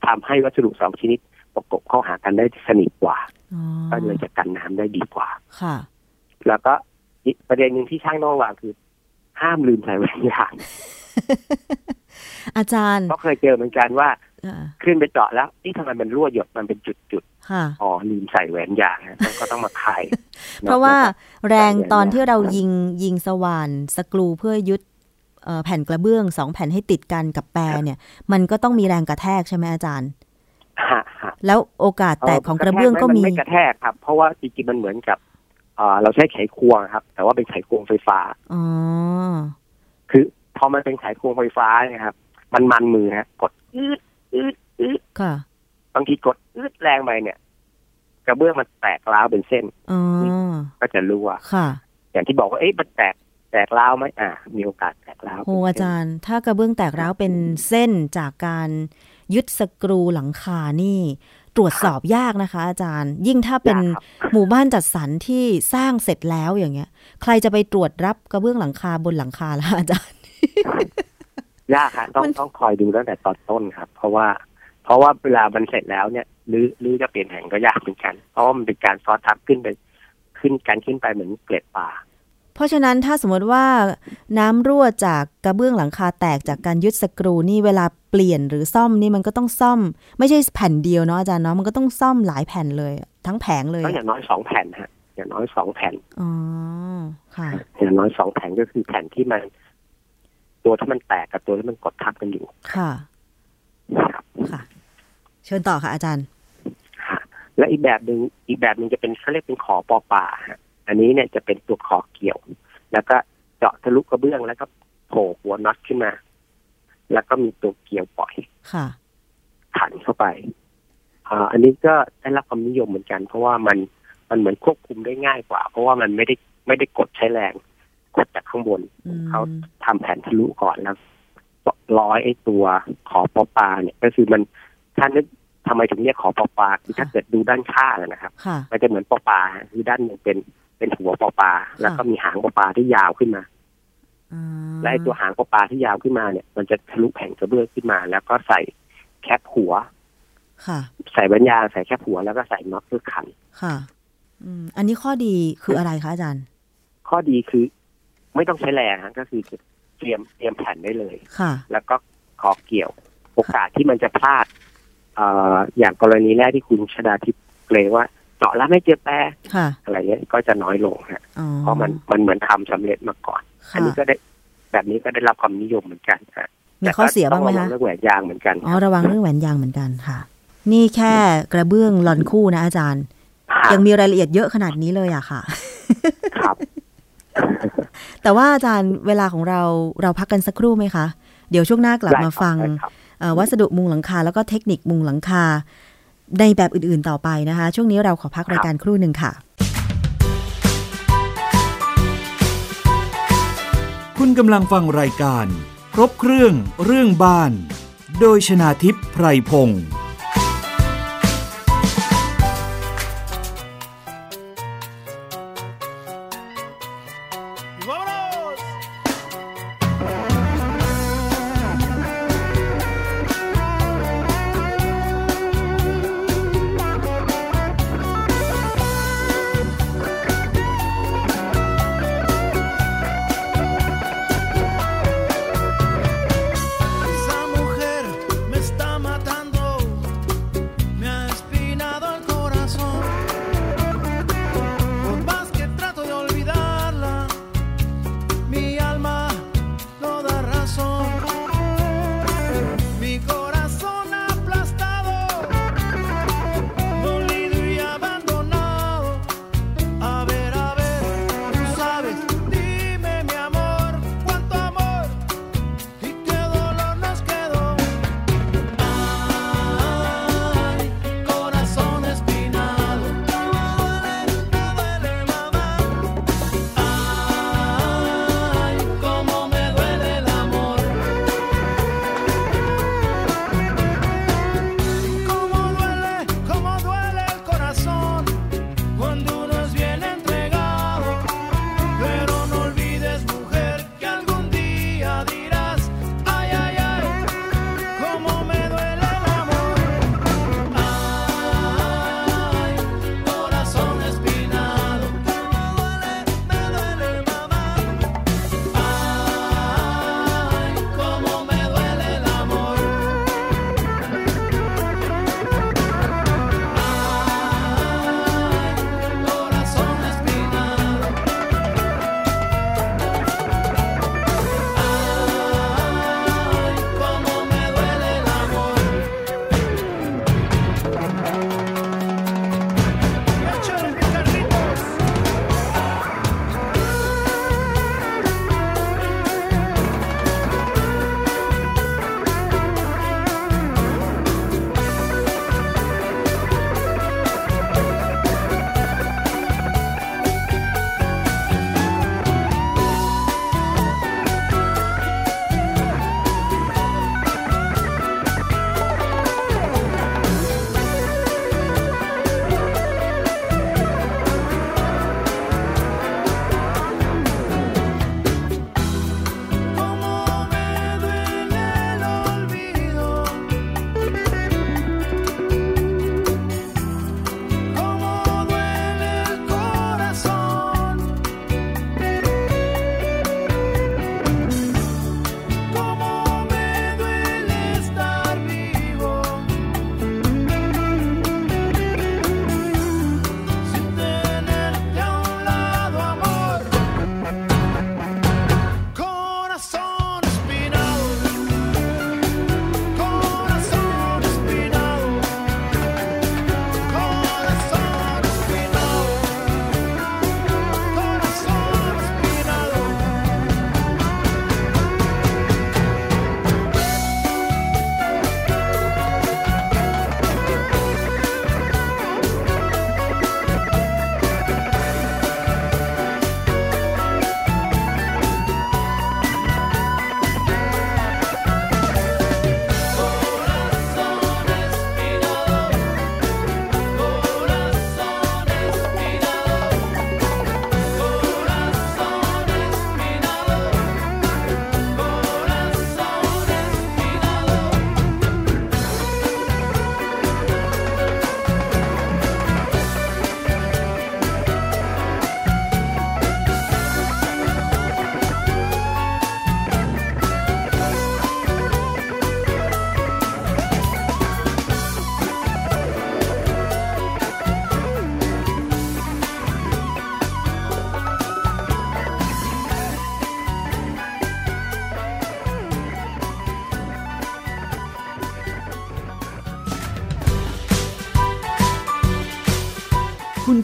ทำให้วัสดุสองชนิดประกบเข้าหากันได้สนิทกว่า อ๋อ ก็เลยจะกันน้ำได้ดีกว่า ค่ะ แล้วก็อีกประเด็นหนึ่งที่ช่างต้องระวังคือ ห้ามลืมใส่แว่นยาง อาจารย์ เพราะเคยเจอเหมือนกันว่า อ่า ขึ้นไปเจาะแล้วนี่ทำไมมันรั่วหยดมันเป็นจุด ค่ะ ๆอ๋อลืมใส่แหวนยางฮะมันก็ต้องมา คาย เพราะว่าแรงตอนที่เรา ยิง ยิงยิงสว่านสกรูเพื่อยึดเอ่อแผ่นกระเบื้องสองแผ่นให้ติดกันกับแปรเนี่ย มันก็ต้องมีแรงกระแทกใช่ไหมอาจารย์ ฮะฮะ แล้วโอกาสแตกของกระเบื้องก็มี นไม่กระแทกครับ เพราะว่าจริงๆมันเหมือนกับเอ่อเราใช้ไขควงครับ แต่ว่าเป็นไขควงไฟฟ้า อ๋อ คือพอมันเป็นไขควงไฟฟ้าเนะครับ มันมันมือฮะกดอืดอืดอืด ค่ะ บางทีกดอืดแรงไปเนี่ย กระเบื้องมันแตกร้าวเป็นเส้น อ๋อ ก็จะรั่ว ค่ะ อย่างที่บอกว่า เอ๊ะมันแตก แตกร้าวไหมอ่า มีโอกาสแตกร้าว โอ้อาจารย์ ถ้ากระเบื้องแตกร้าวเป็นเส้นจากการยึดสกรูหลังคานี่ ตรวจสอบยากนะคะ อาจารย์ ยิ่งถ้าเป็น ยากครับ หมู่บ้านจัดสรรที่สร้างเสร็จแล้วอย่างเงี้ย ใครจะไปตรวจรับกระเบื้องหลังคาบนหลังคาล่ะอาจารย์ ยากครับต้อง มัน ต้องคอยดูตั้งแต่ตอนต้นครับ เพราะว่า เพราะว่าเวลามันเสร็จแล้วเนี่ยหรือหรือจะเปลี่ยนแผงก็ยากเหมือนกัน เพราะว่ามันเป็นการซ้อนทับขึ้นไป ขึ้นกันขึ้นไปเหมือนเกล็ดปลา เพราะฉะนั้นถ้าสมมติว่าน้ำรั่วจากกระเบื้องหลังคาแตกจากการยึดสกรูนี่เวลาเปลี่ยนหรือซ่อมนี่มันก็ต้องซ่อม ไม่ใช่แผ่นเดียวเนาะอาจารย์เนาะมันก็ต้องซ่อมหลายแผ่นเลย ทั้งแผงเลย ก็อย่างน้อยสองแผ่นฮะ อย่างน้อยสองแผ่น อ๋อค่ะ อย่างน้อยสองแผ่นก็คือแผ่นที่มัน ตัวที่มันแตกกับตัวที่มันกดทับกันอยู่ ค่ะ นะครับ ค่ะ เชิญต่อค่ะอาจารย์ ฮะและอีกแบบหนึ่งอีกแบบหนึ่งจะเป็นเขาเรียกเป็นขอปอป่าฮะอันนี้เนี่ยจะเป็นตัวขอเกี่ยว แล้วก็เจาะทะลุกระเบื้องแล้วก็โผล่หัวน็อตขึ้นมา แล้วก็มีตัวเกี่ยวปล่อย ค่ะ ขันเข้าไปอ่าอันนี้ก็ได้รับความนิยมเหมือนกัน เพราะว่ามันมันเหมือนควบคุมได้ง่ายกว่า เพราะว่ามันไม่ได้ไม่ได้กดใช้แรงกดจากข้างบน อืม เขาทำแผนทะลุก่อนแล้วร้อยไอ้ตัวขอปอปลาเนี่ย ก็คือมันถ้านึกทำไมถึงเรียกขอปอปลาคือถ้าเกิดดูด้านข้างอะนะครับ ค่ะ มันจะเหมือนปอปลาคือด้านหนึ่งเป็นเป็นหัวปอปลาแล้วก็มีหางปอปลาที่ยาวขึ้นมา อ่า และไอ้ตัวหางปลาปลาที่ยาวขึ้นมาเนี่ย มันจะทะลุแผ่นกระเบื้องขึ้นมา แล้วก็ใส่แคปหัว ค่ะ ใส่แว่นยางใส่แคปหัวแล้วก็ใส่น็อตเพื่อขัน ค่ะอืมอันนี้ข้อดีคืออะไรคะอาจารย์ ข้อดีคือไม่ต้องใช้แรงฮะก็คือเตรียมเตรียมแผ่นได้เลย ค่ะ แล้วก็ขอเกี่ยว โอกาสที่มันจะพลาดเอ่ออย่างกรณีแรกที่คุณชดาทิพย์เกรงว่าเจาะแล้วไม่เจอแปร ค่ะ อะไรเงี้ยก็จะน้อยลงฮะ อ๋อ เพราะมันมันเหมือนทำสำเร็จมาก่อน อั ค่ะ นนี้ก็ได้แบบนี้ก็ได้รับความนิยมเหมือนกันฮะ มีข้อเสียบ้างไหม แต่ก็ต้อคะระวัเรื่องแหวนยางเหมือนกัน อ๋อ ระวังเรื่องแหวนยางเหมือนกันค่ะ นี่แค่กระเบื้องลอนคู่นะอาจารย์ ครับ ยังมีรายละเอียดเยอะขนาดนี้เลยอะค่ะ ครับ แต่ว่าอาจารย์เวลาของเราเราพักกันสักครู่ไหมคะ เดี๋ยวช่วงหน้ากลับมาฟัง ได้ครับ เอ่อวัสดุมุงหลังคาแล้วก็เทคนิคมุงหลังคาในแบบอื่นๆต่อไปนะคะ ช่วงนี้เราขอพักรายการครู่หนึ่งค่ะ คุณกำลังฟังรายการ ครบเครื่องเรื่องบ้าน โดยชนาทิพย์ไพรพงศ์ Esa mujer me está matando.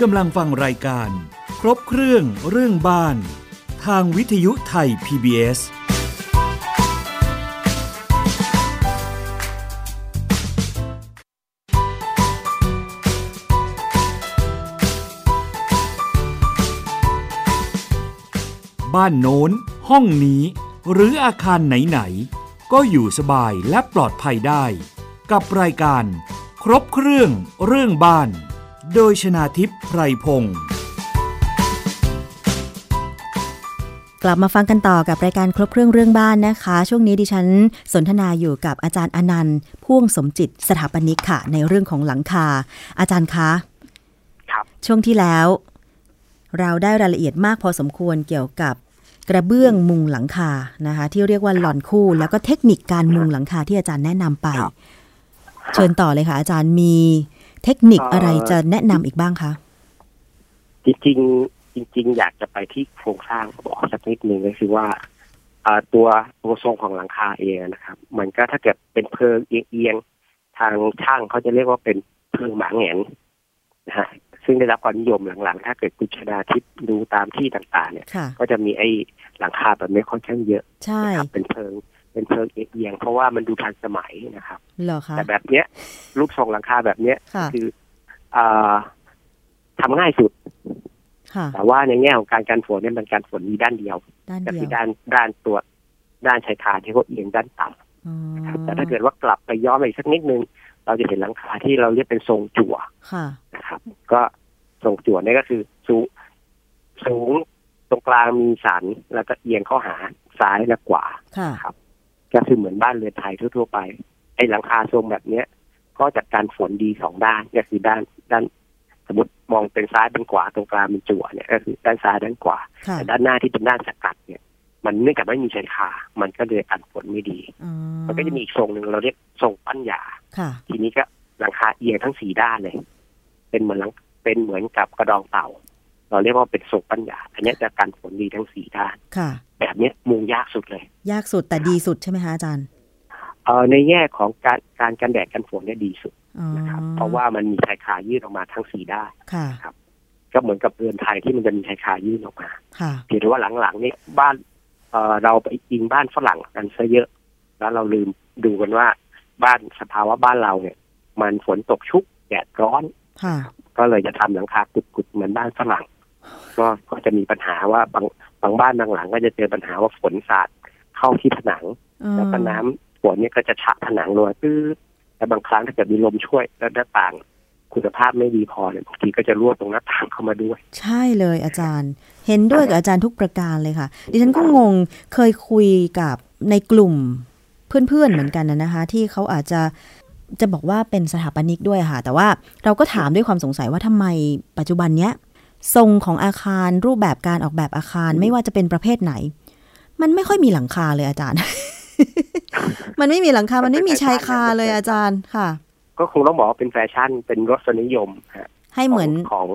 กำลังฟังรายการ ครบเครื่องเรื่องบ้าน ทางวิทยุไทย PBSบ้านโน้น ห้องนี้ หรืออาคารไหน ๆ ก็อยู่สบายและปลอดภัยได้ กับรายการ ครบเครื่องเรื่องบ้าน โดยชนาทิพย์ไพรพงศ์ กลับมาฟังกันต่อกับรายการครบเครื่องเรื่องบ้านนะคะ ช่วงนี้ดิฉันสนทนาอยู่กับอาจารย์อนันต์พ่วงสมจิตสถาปนิกค่ะ ในเรื่องของหลังคา อาจารย์คะ ครับ ช่วงที่แล้ว เราได้รายละเอียดมากพอสมควรเกี่ยวกับกระเบื้องมุงหลังคานะคะ ที่เรียกว่าหลอนคู่ แล้วก็เทคนิคการมุงหลังคาที่อาจารย์แนะนำไป ครับ เชิญต่อเลยค่ะ อาจารย์มีเทคนิคอะไร เอ่อ จะแนะนำอีกบ้างคะ จริงๆจริง ๆ อยากจะไปที่โครงสร้างบอกสักนิดหนึ่งก็คือว่าเอ่อตัวตัวทรงของหลังคาเองนะครับ มันก็ถ้าเกิดเป็นเพลิงเอียงๆทางช่างเขาจะเรียกว่าเป็นเพลิงหมาแหงนนะฮะซึ่งได้รับความนิยมหลังๆ ถ้าเกิดคุณชนาทิพย์ดูตามที่ต่างๆ เนี่ย ค่ะ ก็จะมีไอ้หลังคาแบบนี้ค่อนข้างเยอะ ใช่ นะครับเป็นเพลิงเป็นเพลิงเอียงๆเพราะว่ามันดูทันสมัยนะครับ เหรอคะ แต่แบบเนี้ย รูปทรงหลังคาแบบเนี้ย ค่ะ คืออ่าทำง่ายสุด ค่ะ แต่ว่าในแง่ของการกันฝนเนี่ยมันกันฝนมีด้านเดียว ด้าน ก็ เดีย คื ว อด้านด้านตัวด้านชายคาที่เขาเอียงด้านต่ำ อ๋อ นะครับแต่ถ้าเกิดว่ากลับไปย้อนไปอีกสักนิดนึง เราจะเห็นหลังคาที่เราเรียกเป็นทรงจั่ว ค่ะ นะครับ ก็ทรงจั่วเนี่ยก็คือสูงสูงตรงกลางมีสันแล้วก็เอียงเข้าหาซ้ายและขวา ค่ะ ก็คือเหมือนบ้านเรือนไทยทั่วๆไป ไอ้หลังคาทรงแบบเนี้ย ก็จัดการฝนดีสองด้านก็คือด้านด้าน สมมติมองเป็นซ้ายเป็นขวาตรงกลางเป็นจั่วเนี่ยก็คือด้านซ้ายด้านขวา ค่ะ แต่ด้านหน้าที่เป็นด้านสกัดเนี่ย มันเนื่องจากไม่มีชายคา มันก็เลยกันฝนไม่ดี อ๋อ มันก็จะมีอีกทรงหนึ่งเราเรียกทรงปั้นหยา ค่ะ ทีนี้ก็หลังคาเอียงทั้งสี่ด้านเลย เป็นเหมือนหลังเป็นเหมือนกับกระดองเต่า เราเรียกว่าเป็นทรงปั้นหยา อันเนี้ยจะกันฝนดีทั้งสี่ด้าน ค่ะ แบบเนี้ยมุงยากสุดเลย ยากสุดแต่ดีสุดใช่ไหมคะอาจารย์ เอ่อในแง่ของการการกันแดดกันฝนเนี่ยดีสุด อ๋อ นะครับ เพราะว่ามันมีชายคายื่นออกมาทั้งสี่ด้าน ค่ะ ก็เหมือนกับเรือนไทยที่มันจะมีชายคายื่นออกมา ค่ะ เพียงแต่ว่าหลังๆเนี่ยบ้านเอ่อเราไปอิงบ้านฝรั่งกันซะเยอะ แล้วเราลืมดูกันว่า บ้านสภาวะบ้านเราเนี่ย มันฝนตกชุกแดดร้อน ค่ะ ก็เลยจะทำหลังคากุดๆเหมือนบ้านฝรั่งก็ก็จะมีปัญหาว่าบางบางบ้านบางหลังก็จะเจอปัญหาว่าฝนสาดเข้าที่ผนัง แล้วก็น้ำฝนเนี่ยก็จะชะผนังลอยปื้อแต่บางครั้งถ้าเกิดมีลมช่วย แล้วหน้าต่างคุณภาพไม่ดีพอเนี่ยบางทีก็จะรั่วตรงหน้าต่างเข้ามาด้วย ใช่เลยอาจารย์ เห็นด้วยกับอาจารย์ทุกประการเลยค่ะ ดิฉันก็งงเคยคุยกับในกลุ่มเพื่อนๆเหมือนกันนะนะคะ ที่เขาอาจจะจะบอกว่าเป็นสถาปนิกด้วยค่ะ แต่ว่าเราก็ถามด้วยความสงสัยว่าทำไมปัจจุบันเนี้ย ทรงของอาคารรูปแบบการออกแบบอาคารไม่ว่าจะเป็นประเภทไหน มันไม่ค่อยมีหลังคาเลยอาจารย์ มันไม่มีหลังคา มันไม่มีชายคาเลยอาจารย์ค่ะ ก็คงต้องบอกว่าเป็นแฟชั่นเป็นรสนิยมฮะ ให้เหมือน ของของ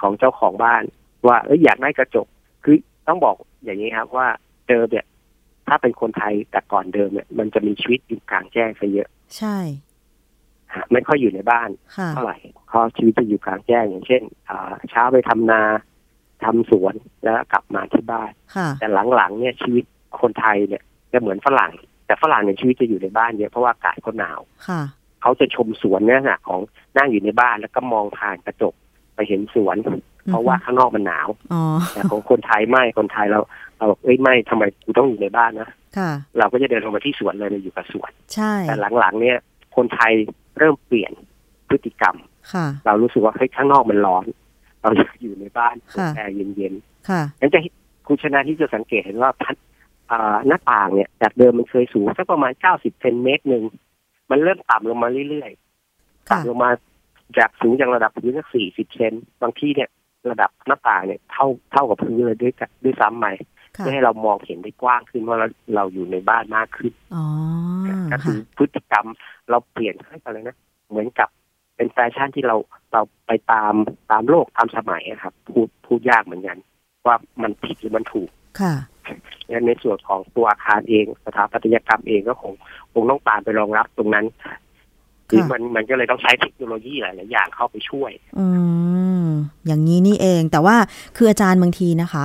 ของเจ้าของบ้าน ว่าเอยอยากได้กระจกคือต้องบอกอย่างนี้ครับว่าเดิมเนี่ยถ้าเป็นคนไทยแต่ก่อนเดิมเนี่ยมันจะมีชีวิตอยู่กลางแจ้งซะเยอะ ใช่ ฮะไม่ค่อยอยู่ในบ้าน ค่ะ เท่าไหร่เพราะชีวิตจะอยู่กลางแจ้งอย่างเช่นอ่าเช้าไปทำนาทำสวนแล้วกลับมาที่บ้าน ค่ะ แต่หลังๆเนี่ยชีวิตคนไทยเนี่ยจะเหมือนฝรั่ง แต่ฝรั่งเนี่ยชีวิตจะอยู่ในบ้านเยอะเพราะว่าอากาศเขาหนาว ค่ะ เขาจะชมสวนเนี่ยนะของนั่งอยู่ในบ้านแล้วก็มองผ่านกระจกไปเห็นสวน เพราะว่าข้างนอกมันหนาว อ๋อ แต่ของคนไทยไม่คนไทยเราเราบอกเอ้ยไม่ทำไมกูต้องอยู่ในบ้านนะ ค่ะ เราก็จะเดินลงมาที่สวนเลยเราอยู่กับสวน ใช่ แต่หลังๆเนี่ย คนไทยเริ่มเปลี่ยนพฤติกรรม ค่ะ เรารู้สึกว่าเฮ้ยข้างนอกมันร้อน เราอยากอยู่ในบ้าน ค่ะ แอร์เย็นๆ ค่ะ นั้นจะเห็นคุณชนะที่จะสังเกตเห็นว่าพัดอ่าหน้าต่างเนี่ยจากเดิมมันเคยสูงสักประมาณ 90เซนเมตรหนึ่ง มันเริ่มต่ำลงมาเรื่อยๆ ค่ะ ต่ำลงมาจากสูงจากระดับพื้นสัก 40 เซนบางที่เนี่ยระดับหน้าต่างเนี่ยเท่าเท่ากับพื้นเลยด้วยกันด้วยซ้ำไป ค่ะ เพื่อให้เรามองเห็นได้กว้างขึ้นว่าเราเราอยู่ในบ้านมากขึ้น อ๋อ ก็คื ค่ะ อพฤติกรรมเราเปลี่ยนให้อะไรนะ เหมือนกับเป็นแฟชั่นที่เราเราไปตามตามโลกตามสมัยอะครับพูดพูดยากเหมือนกัน ว่ามันผิดหรือมันถูก ค่ะ และในส่วนของตัวอาคารเองสถาปัตยกรรมเองก็คงคงต้องตามไปรองรับตรงนั้น คือมันมันก็เลยต้องใช้เทคโนโลยีหลาย ๆ อย่างเข้าไปช่วย อืม อย่างนี้นี่เอง แต่ว่าคืออาจารย์บางทีนะคะ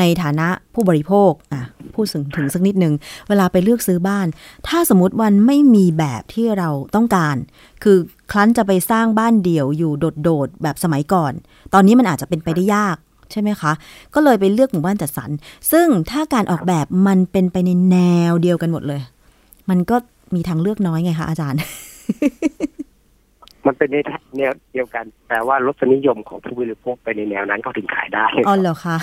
ในฐานะผู้บริโภคอ่ะพูดถึงถึงสักนิดหนึ่งเวลาไปเลือกซื้อบ้าน ถ้าสมมติวันไม่มีแบบที่เราต้องการ คือคลั้นจะไปสร้างบ้านเดี่ยวอยู่โดดๆแบบสมัยก่อน ตอนนี้มันอาจจะเป็นไปได้ยากใช่ไหมคะ ก็เลยไปเลือกหมู่บ้านจัดสรร ซึ่งถ้าการออกแบบมันเป็นไปในแนวเดียวกันหมดเลย มันก็มีทางเลือกน้อยไงคะอาจารย์ มันเป็นในแนวเดียวกัน แต่ว่ารสนิยมของผู้บริโภคไปในแนวนั้นเขาถึงขายได้ อ๋อเหรอคะ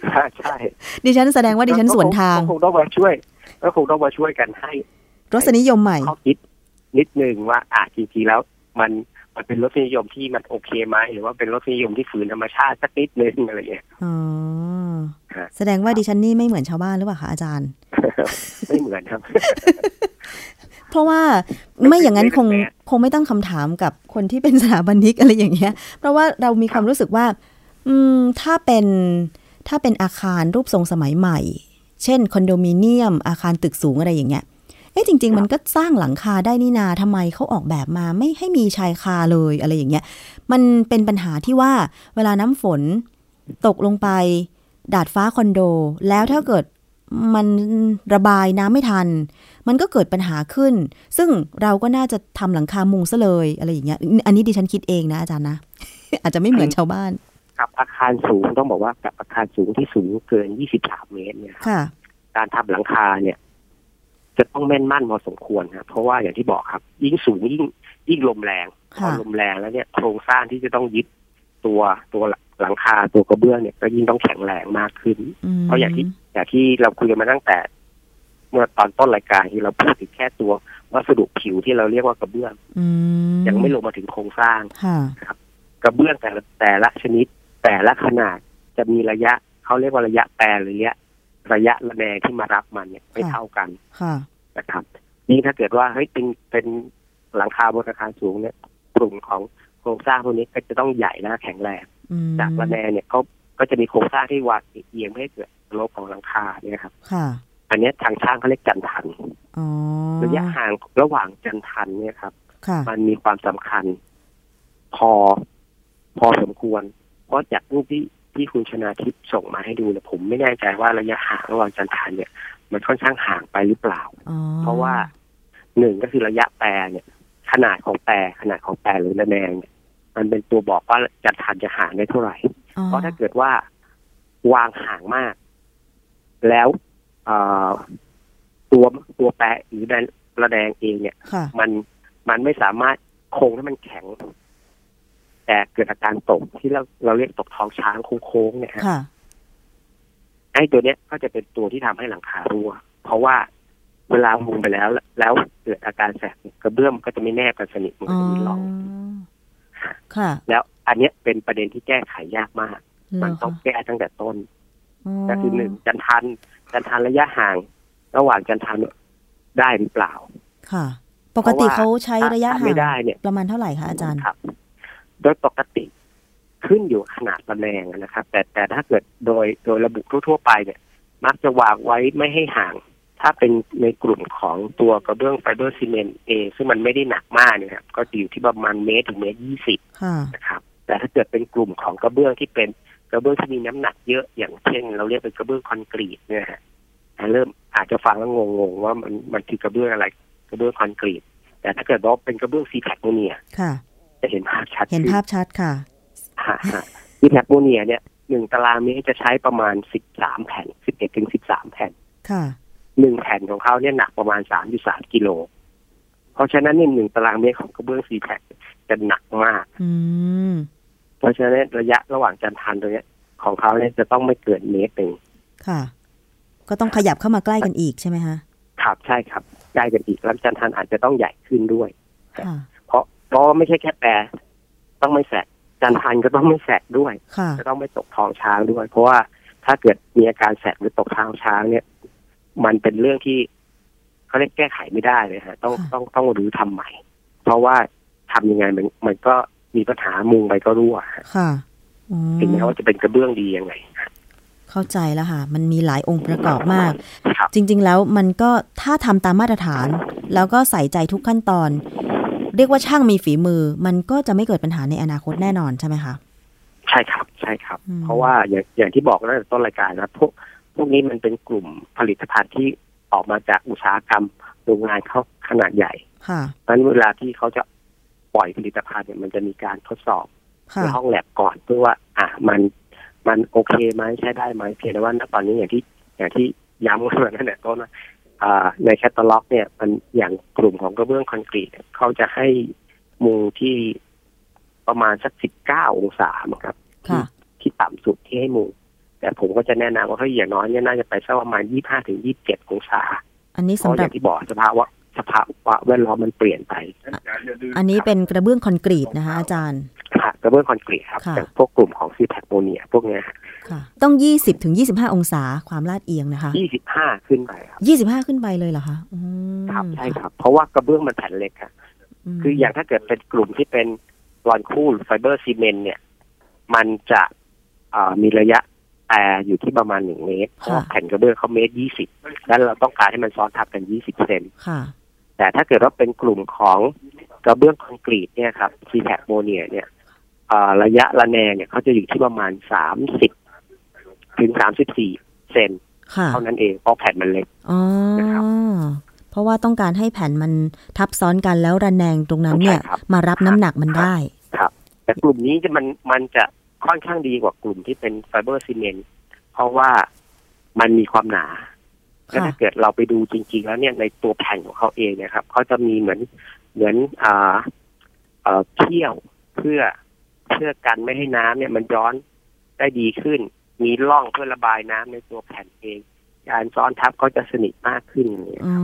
ใช่ ดิฉันแสดงว่าดิฉันสวนทาง ก็คงต้องมาช่วยก็คงต้องมาช่วยกันให้ รสนิยมใหม่ ข้อคิดนิดนึงว่าอ่ะจริงๆแล้ว มันมันเป็นรสนิยมที่มันโอเคไหมหรือว่าเป็นรสนิยมที่ฝืนธรรมชาติสักนิดนึงอะไรอย่างเงี้ย อ๋อ ฮะ แสดงว่าดิฉันนี่ไม่เหมือนชาวบ้านหรือเปล่าคะอาจารย์ ไม่เหมือนครับ เพราะว่า ไม่ ไม่อย่างนั้นคง ไม่ได้แบบ คงไม่ตั้งคำถามกับคนที่เป็นสถาบันนิกอะไรอย่างเงี้ย เพราะว่าเรามีความรู้สึกว่า อืม ถ้าเป็นถ้าเป็นอาคารรูปทรงสมัยใหม่ เช่นคอนโดมิเนียม อาคารตึกสูงอะไรอย่างเงี้ย เอ๊ะจริง ๆ มันก็สร้างหลังคาได้นี่นาทำไมเขาออกแบบมาไม่ให้มีชายคาเลยอะไรอย่างเงี้ย มันเป็นปัญหาที่ว่าเวลาน้ำฝนตกลงไป ดาดฟ้าคอนโด แล้วถ้าเกิดมันระบายน้ำไม่ทัน มันก็เกิดปัญหาขึ้น ซึ่งเราก็น่าจะทำหลังคามุงซะเลยอะไรอย่างเงี้ย อันนี้ดิฉันคิดเองนะอาจารย์นะ อาจจะไม่เหมือนชาวบ้าน กับอาคารสูงต้องบอกว่ากับอาคารสูงที่สูงเกิน 23 เมตรเนี่ยครับ ค่ะ การทำหลังคาเนี่ย จะต้องแม่นมั่นพอสมควรครับเพราะว่าอย่างที่บอกครับ ยิ่งสูงยิ่งยิ่งลมแรงพอ ค่ะ ลมแรงแล้วเนี่ยโครงสร้างที่จะต้องยึดตัวตัวหลังคาตัวกระเบื้องเนี่ยก็ยิ่งต้องแข็งแรงมากขึ้น ม เพราะอย่างที่อย่างที่เราคุยกันมาตั้งแต่ เมื่อตอนต้นรายการที่เราพูดถึงแค่ตัววัสดุผิวที่เราเรียกว่ากระเบื้อง อืม ยังไม่ลงมาถึงโครงสร้าง ค่ะ กระเบื้องแต่ละแต่ละชนิด แต่ละขนาดจะมีระยะเขาเรียกว่าระยะแปรหรือระยะระยะระแนงที่มารับมันเนี่ยไม่ ค่ะ เท่ากัน ค่ะ นะครับนี่งถ้าเกิดว่าเฮ้ยเป็นเป็นหลังคาบนอาคารสูงเนี่ยกลุ่มของโครงสร้างพวกนี้ก็จะต้องใหญ่และแข็งแรง อืม จากระแนงเนี่ยเขาก็จะมีโครงสร้างที่วางเอียงเพื่อให้เกิดโลบของหลังคาเนี่ยครับ ค่ะ อันเนี้ยทางช่างเขาเรียกจันทัน อ๋อ ระยะห่างระหว่างจันทันเนี่ยครับ ค่ะ มันมีความสำคัญ พอพอสมควร เพราะจากรูปที่ที่คุณชนาทิพย์ส่งมาให้ดูเนี่ยผมไม่แน่ใจว่าระยะห่างระหว่างจันทันเนี่ย มันค่อนข้างห่างไปหรือเปล่า อ๋อ เพราะว่าหนึ่งก็คือระยะแปรเนี่ย ขนาดของแปรขนาดของแปรหรือระแนงเนี่ย มันเป็นตัวบอกว่าจันทันจะห่างได้เท่าไหร่ อ๋อ เพราะถ้าเกิดว่าวางห่างมาก แล้วเอ่อตัวตัวแปรหรือแดนระแดงเองเนี่ย ค่ะ มันมันไม่สามารถคงให้มันแข็ง แต่เกิดอาการตกที่เราเราเรียกตกท้องช้างโค้งๆเนี่ยฮะ ค่ะ ไอ้ตัวเนี้ยก็จะเป็นตัวที่ทำให้หลังคารั่ว เพราะว่าเวลามุงไปแล้ว แล้วเกิดอาการแสบเนี่ยกระเบื้องมันก็จะไม่แนบกันสนิทมัน อ๋ ก็ อ จะมีร่อง ค่ะ แล้ว อันเนี้ยเป็นประเด็นที่แก้ไขยากมาก มันต้อง เหร แก้ตั้งแต่ต้น ะ ก็คือหนึ่งจันทันจันทันระยะห่าง ระหว่างจันทันได้หรือเปล่า ค่ะ ปกติ เพราะว่า เขาใช้ระยะห่าง ไม่ได้เนี่ย ประมาณเท่าไหร่คะอาจารย์ ครับ โดยปกติขึ้นอยู่ขนาดระแนงนะครับ แต่แต่ถ้าเกิดโดยโดยระบุทั่วๆไปเนี่ย มักจะวางไว้ไม่ให้ห่าง ถ้าเป็นในกลุ่มของตัวกระเบื้องไฟเบอร์ซีเมนต์เองซึ่งมันไม่ได้หนักมากเนยครับก็จะอยู่ที่ประมาณเมตรถึงเมตรยี่สิบ ค่ะ นะครับ แต่ถ้าเกิดเป็นกลุ่มของกระเบื้องที่เป็นกระเบื้องที่มีน้ำหนักเยอะอย่างเช่น เราเรียกเป็นกระเบื้องคอนกรีตเนี่ยฮะอ่าเริ่มอาจจะฟังแล้วงงๆว่ามันมันคือกระเบื้องอะไรกระเบื้องคอนกรีต แต่ถ้าเกิดว่าเป็นกระเบื้องซีแพคเนี่ย ค่ะ จะเห็นภาพชัด เห็น ขึ้ ภาพชัดค่ะ ฮะฮะที่แพคโบเนียเนี่ยหนึ่งตารางเมตรจะใช้ประมาณสิบสามแผ่นสิบเอ็ดถึงสิบสามแผ่น ค่ะ หนึ่งแผ่นของเขาเนี่ยหนักประมาณสามจุดสามกิโล เพราะฉะนั้นเนี่ยหนึ่งตารางเมตรของกระเบื้องซีแพคจะหนักมาก อืม เพราะฉะนั้นระยะระหว่างจันทันตัวเนี้ยของเขาเนี่ยจะต้องไม่เกินเมตรหนึ่ง ค่ะ ก็ต้องขยับเข้ามาใกล้กันอีกใช่ไหมคะ ครับใช่ครับใกล้กันอีกแล้วจันทันอาจจะต้องใหญ่ขึ้นด้วย ค่ะ เพราะเพราะไม่ใช่แค่แปรต้องไม่แสกจันทันก็ต้องไม่แสกด้วย ค่ะ จะต้องไม่ตกทองช้างด้วย เพราะว่าถ้าเกิดมีอาการแสบหรือตกทองช้างเนี่ย มันเป็นเรื่องที่เขาเรียกแก้ไขไม่ได้เลยฮะต้อง ค่ะ ต้องต้องรื้อทำใหม่ เพราะว่าทำยังไงมันมันก็มีปัญหามุงไปก็รั่วฮะ ค่ะอืม ถึงแม้ว่าจะเป็นกระเบื้องดียังไง เข้าใจแล้วค่ะ มันมีหลายองค์ประกอบมาก ครับ จริง ๆ แล้วมันก็ถ้าทำตามมาตรฐาน แล้วก็ใส่ใจทุกขั้นตอน เรียกว่าช่างมีฝีมือ มันก็จะไม่เกิดปัญหาในอนาคตแน่นอนใช่ไหมคะ ช่ครับใช่ครับ อืม เพราะว่าอย่างอย่างที่บอกตั้งแต่ต้นรายการนะพวกพวกนี้มันเป็นกลุ่มผลิตภัณฑ์ที่ออกมาจากอุตสาหกรรมโรงงานเขาขนาดใหญ่ ค่ะ เพราะฉะนั้นเวลาที่เขาจะปล่อยผลิตภัณฑ์เนี่ยมันจะมีการทดสอบ ค่ะ ในห้องแลบก่อนเพื่อว่า อ่ะมันมันโอเคไหมใช้ได้ไหมเพียงแต่ว่าณตอนนี้อย่างที่อย่างที่ย้ำกันมาตั้งแต่ต้นนะอ่าในแคตตาล็อก เนี่ย มันอย่างกลุ่มของกระเบื้องคอนกรีตเนี่ยเขาจะให้มุงที่ประมาณสักสิบเก้าองศามั้งครับ ค่ะ ที่ต่ำสุดที่ให้มุงแต่ผมก็จะแนะนำว่าถ้าอย่างน้อยเนี่ยน่าจะไปสักประมาณยี่ห้าถึงยี่เจ็ดองศา อันนี้ เพ สำ ราะ ห อ รับ ย่างที่บอกสภาวะสภาวะแวดล้อมมันเปลี่ยนไป อันนี้เป็นกระเบื้องคอนกรีตนะคะ อาจารย์ ค่ะกระเบื้องคอนกรีตครับ ค่ะ อย่างพวกกลุ่มของซีแพคโมเนียพวกเนี้ย ค่ะ ต้อง 20ถึง25 องศาความลาดเอียงนะคะ ยี่สิบห้าขึ้นไปครับ 25 ขึ้นไปเลยเหรอคะอืม ครับใช่ครับ เพราะว่ากระเบื้องมันแผ่นเล็กครับ ม คืออย่างถ้าเกิดเป็นกลุ่มที่เป็นรอนคู่หรือไฟเบอร์ซีเมนต์เนี่ย มันจะเอ่อมีระยะแอร์อยู่ที่ประมาณหนึ่งเมตรเพราะว่าแผ่นกระเบื้องเขาเมตรยี่สิบนั้นเราต้องการให้มันซ้อนทับกันยี่สิบเซน ค่ะ แต่ถ้าเกิดว่าเป็นกลุ่มของกระเบื้องคอนกรีตเนี่ยครับซีแพคโมเนียเนี่ยเอ่อระยะระแนงเนี่ยเขาจะอยู่ที่ประมาณสามสิบถึงสามสิบสี่เซน ค่ะ เท่านั้นเองเพราะแผ่นมันเล็ก อ๋อ นะครับ เพราะว่าต้องการให้แผ่นมันทับซ้อนกันแล้วระแนงตรงนั้นเนี่ย ใช่ครับ มารับน้ำหนักมันได้ แต่กลุ่มนี้จะมันมันจะค่อนข้างดีกว่ากลุ่มที่เป็นไฟเบอร์ซีเมนต์เพราะว่ามันมีความหนาแล้ว ค่ะ ถ้าเกิดเราไปดูจริง ๆ แล้วเนี่ยในตัวแผ่นของเขาเองเนะครับเขาจะมีเหมือนเหมือนอ่าเอ่อเขี้ยวเพื่อเพื่อกันไม่ให้น้ำเนี่ยมันย้อนได้ดีขึ้น มีร่องเพื่อระบายน้ำในตัวแผ่นเอง การซ้อนทับก็จะสนิทมากขึ้นอย่างเงี้ย อ๋อ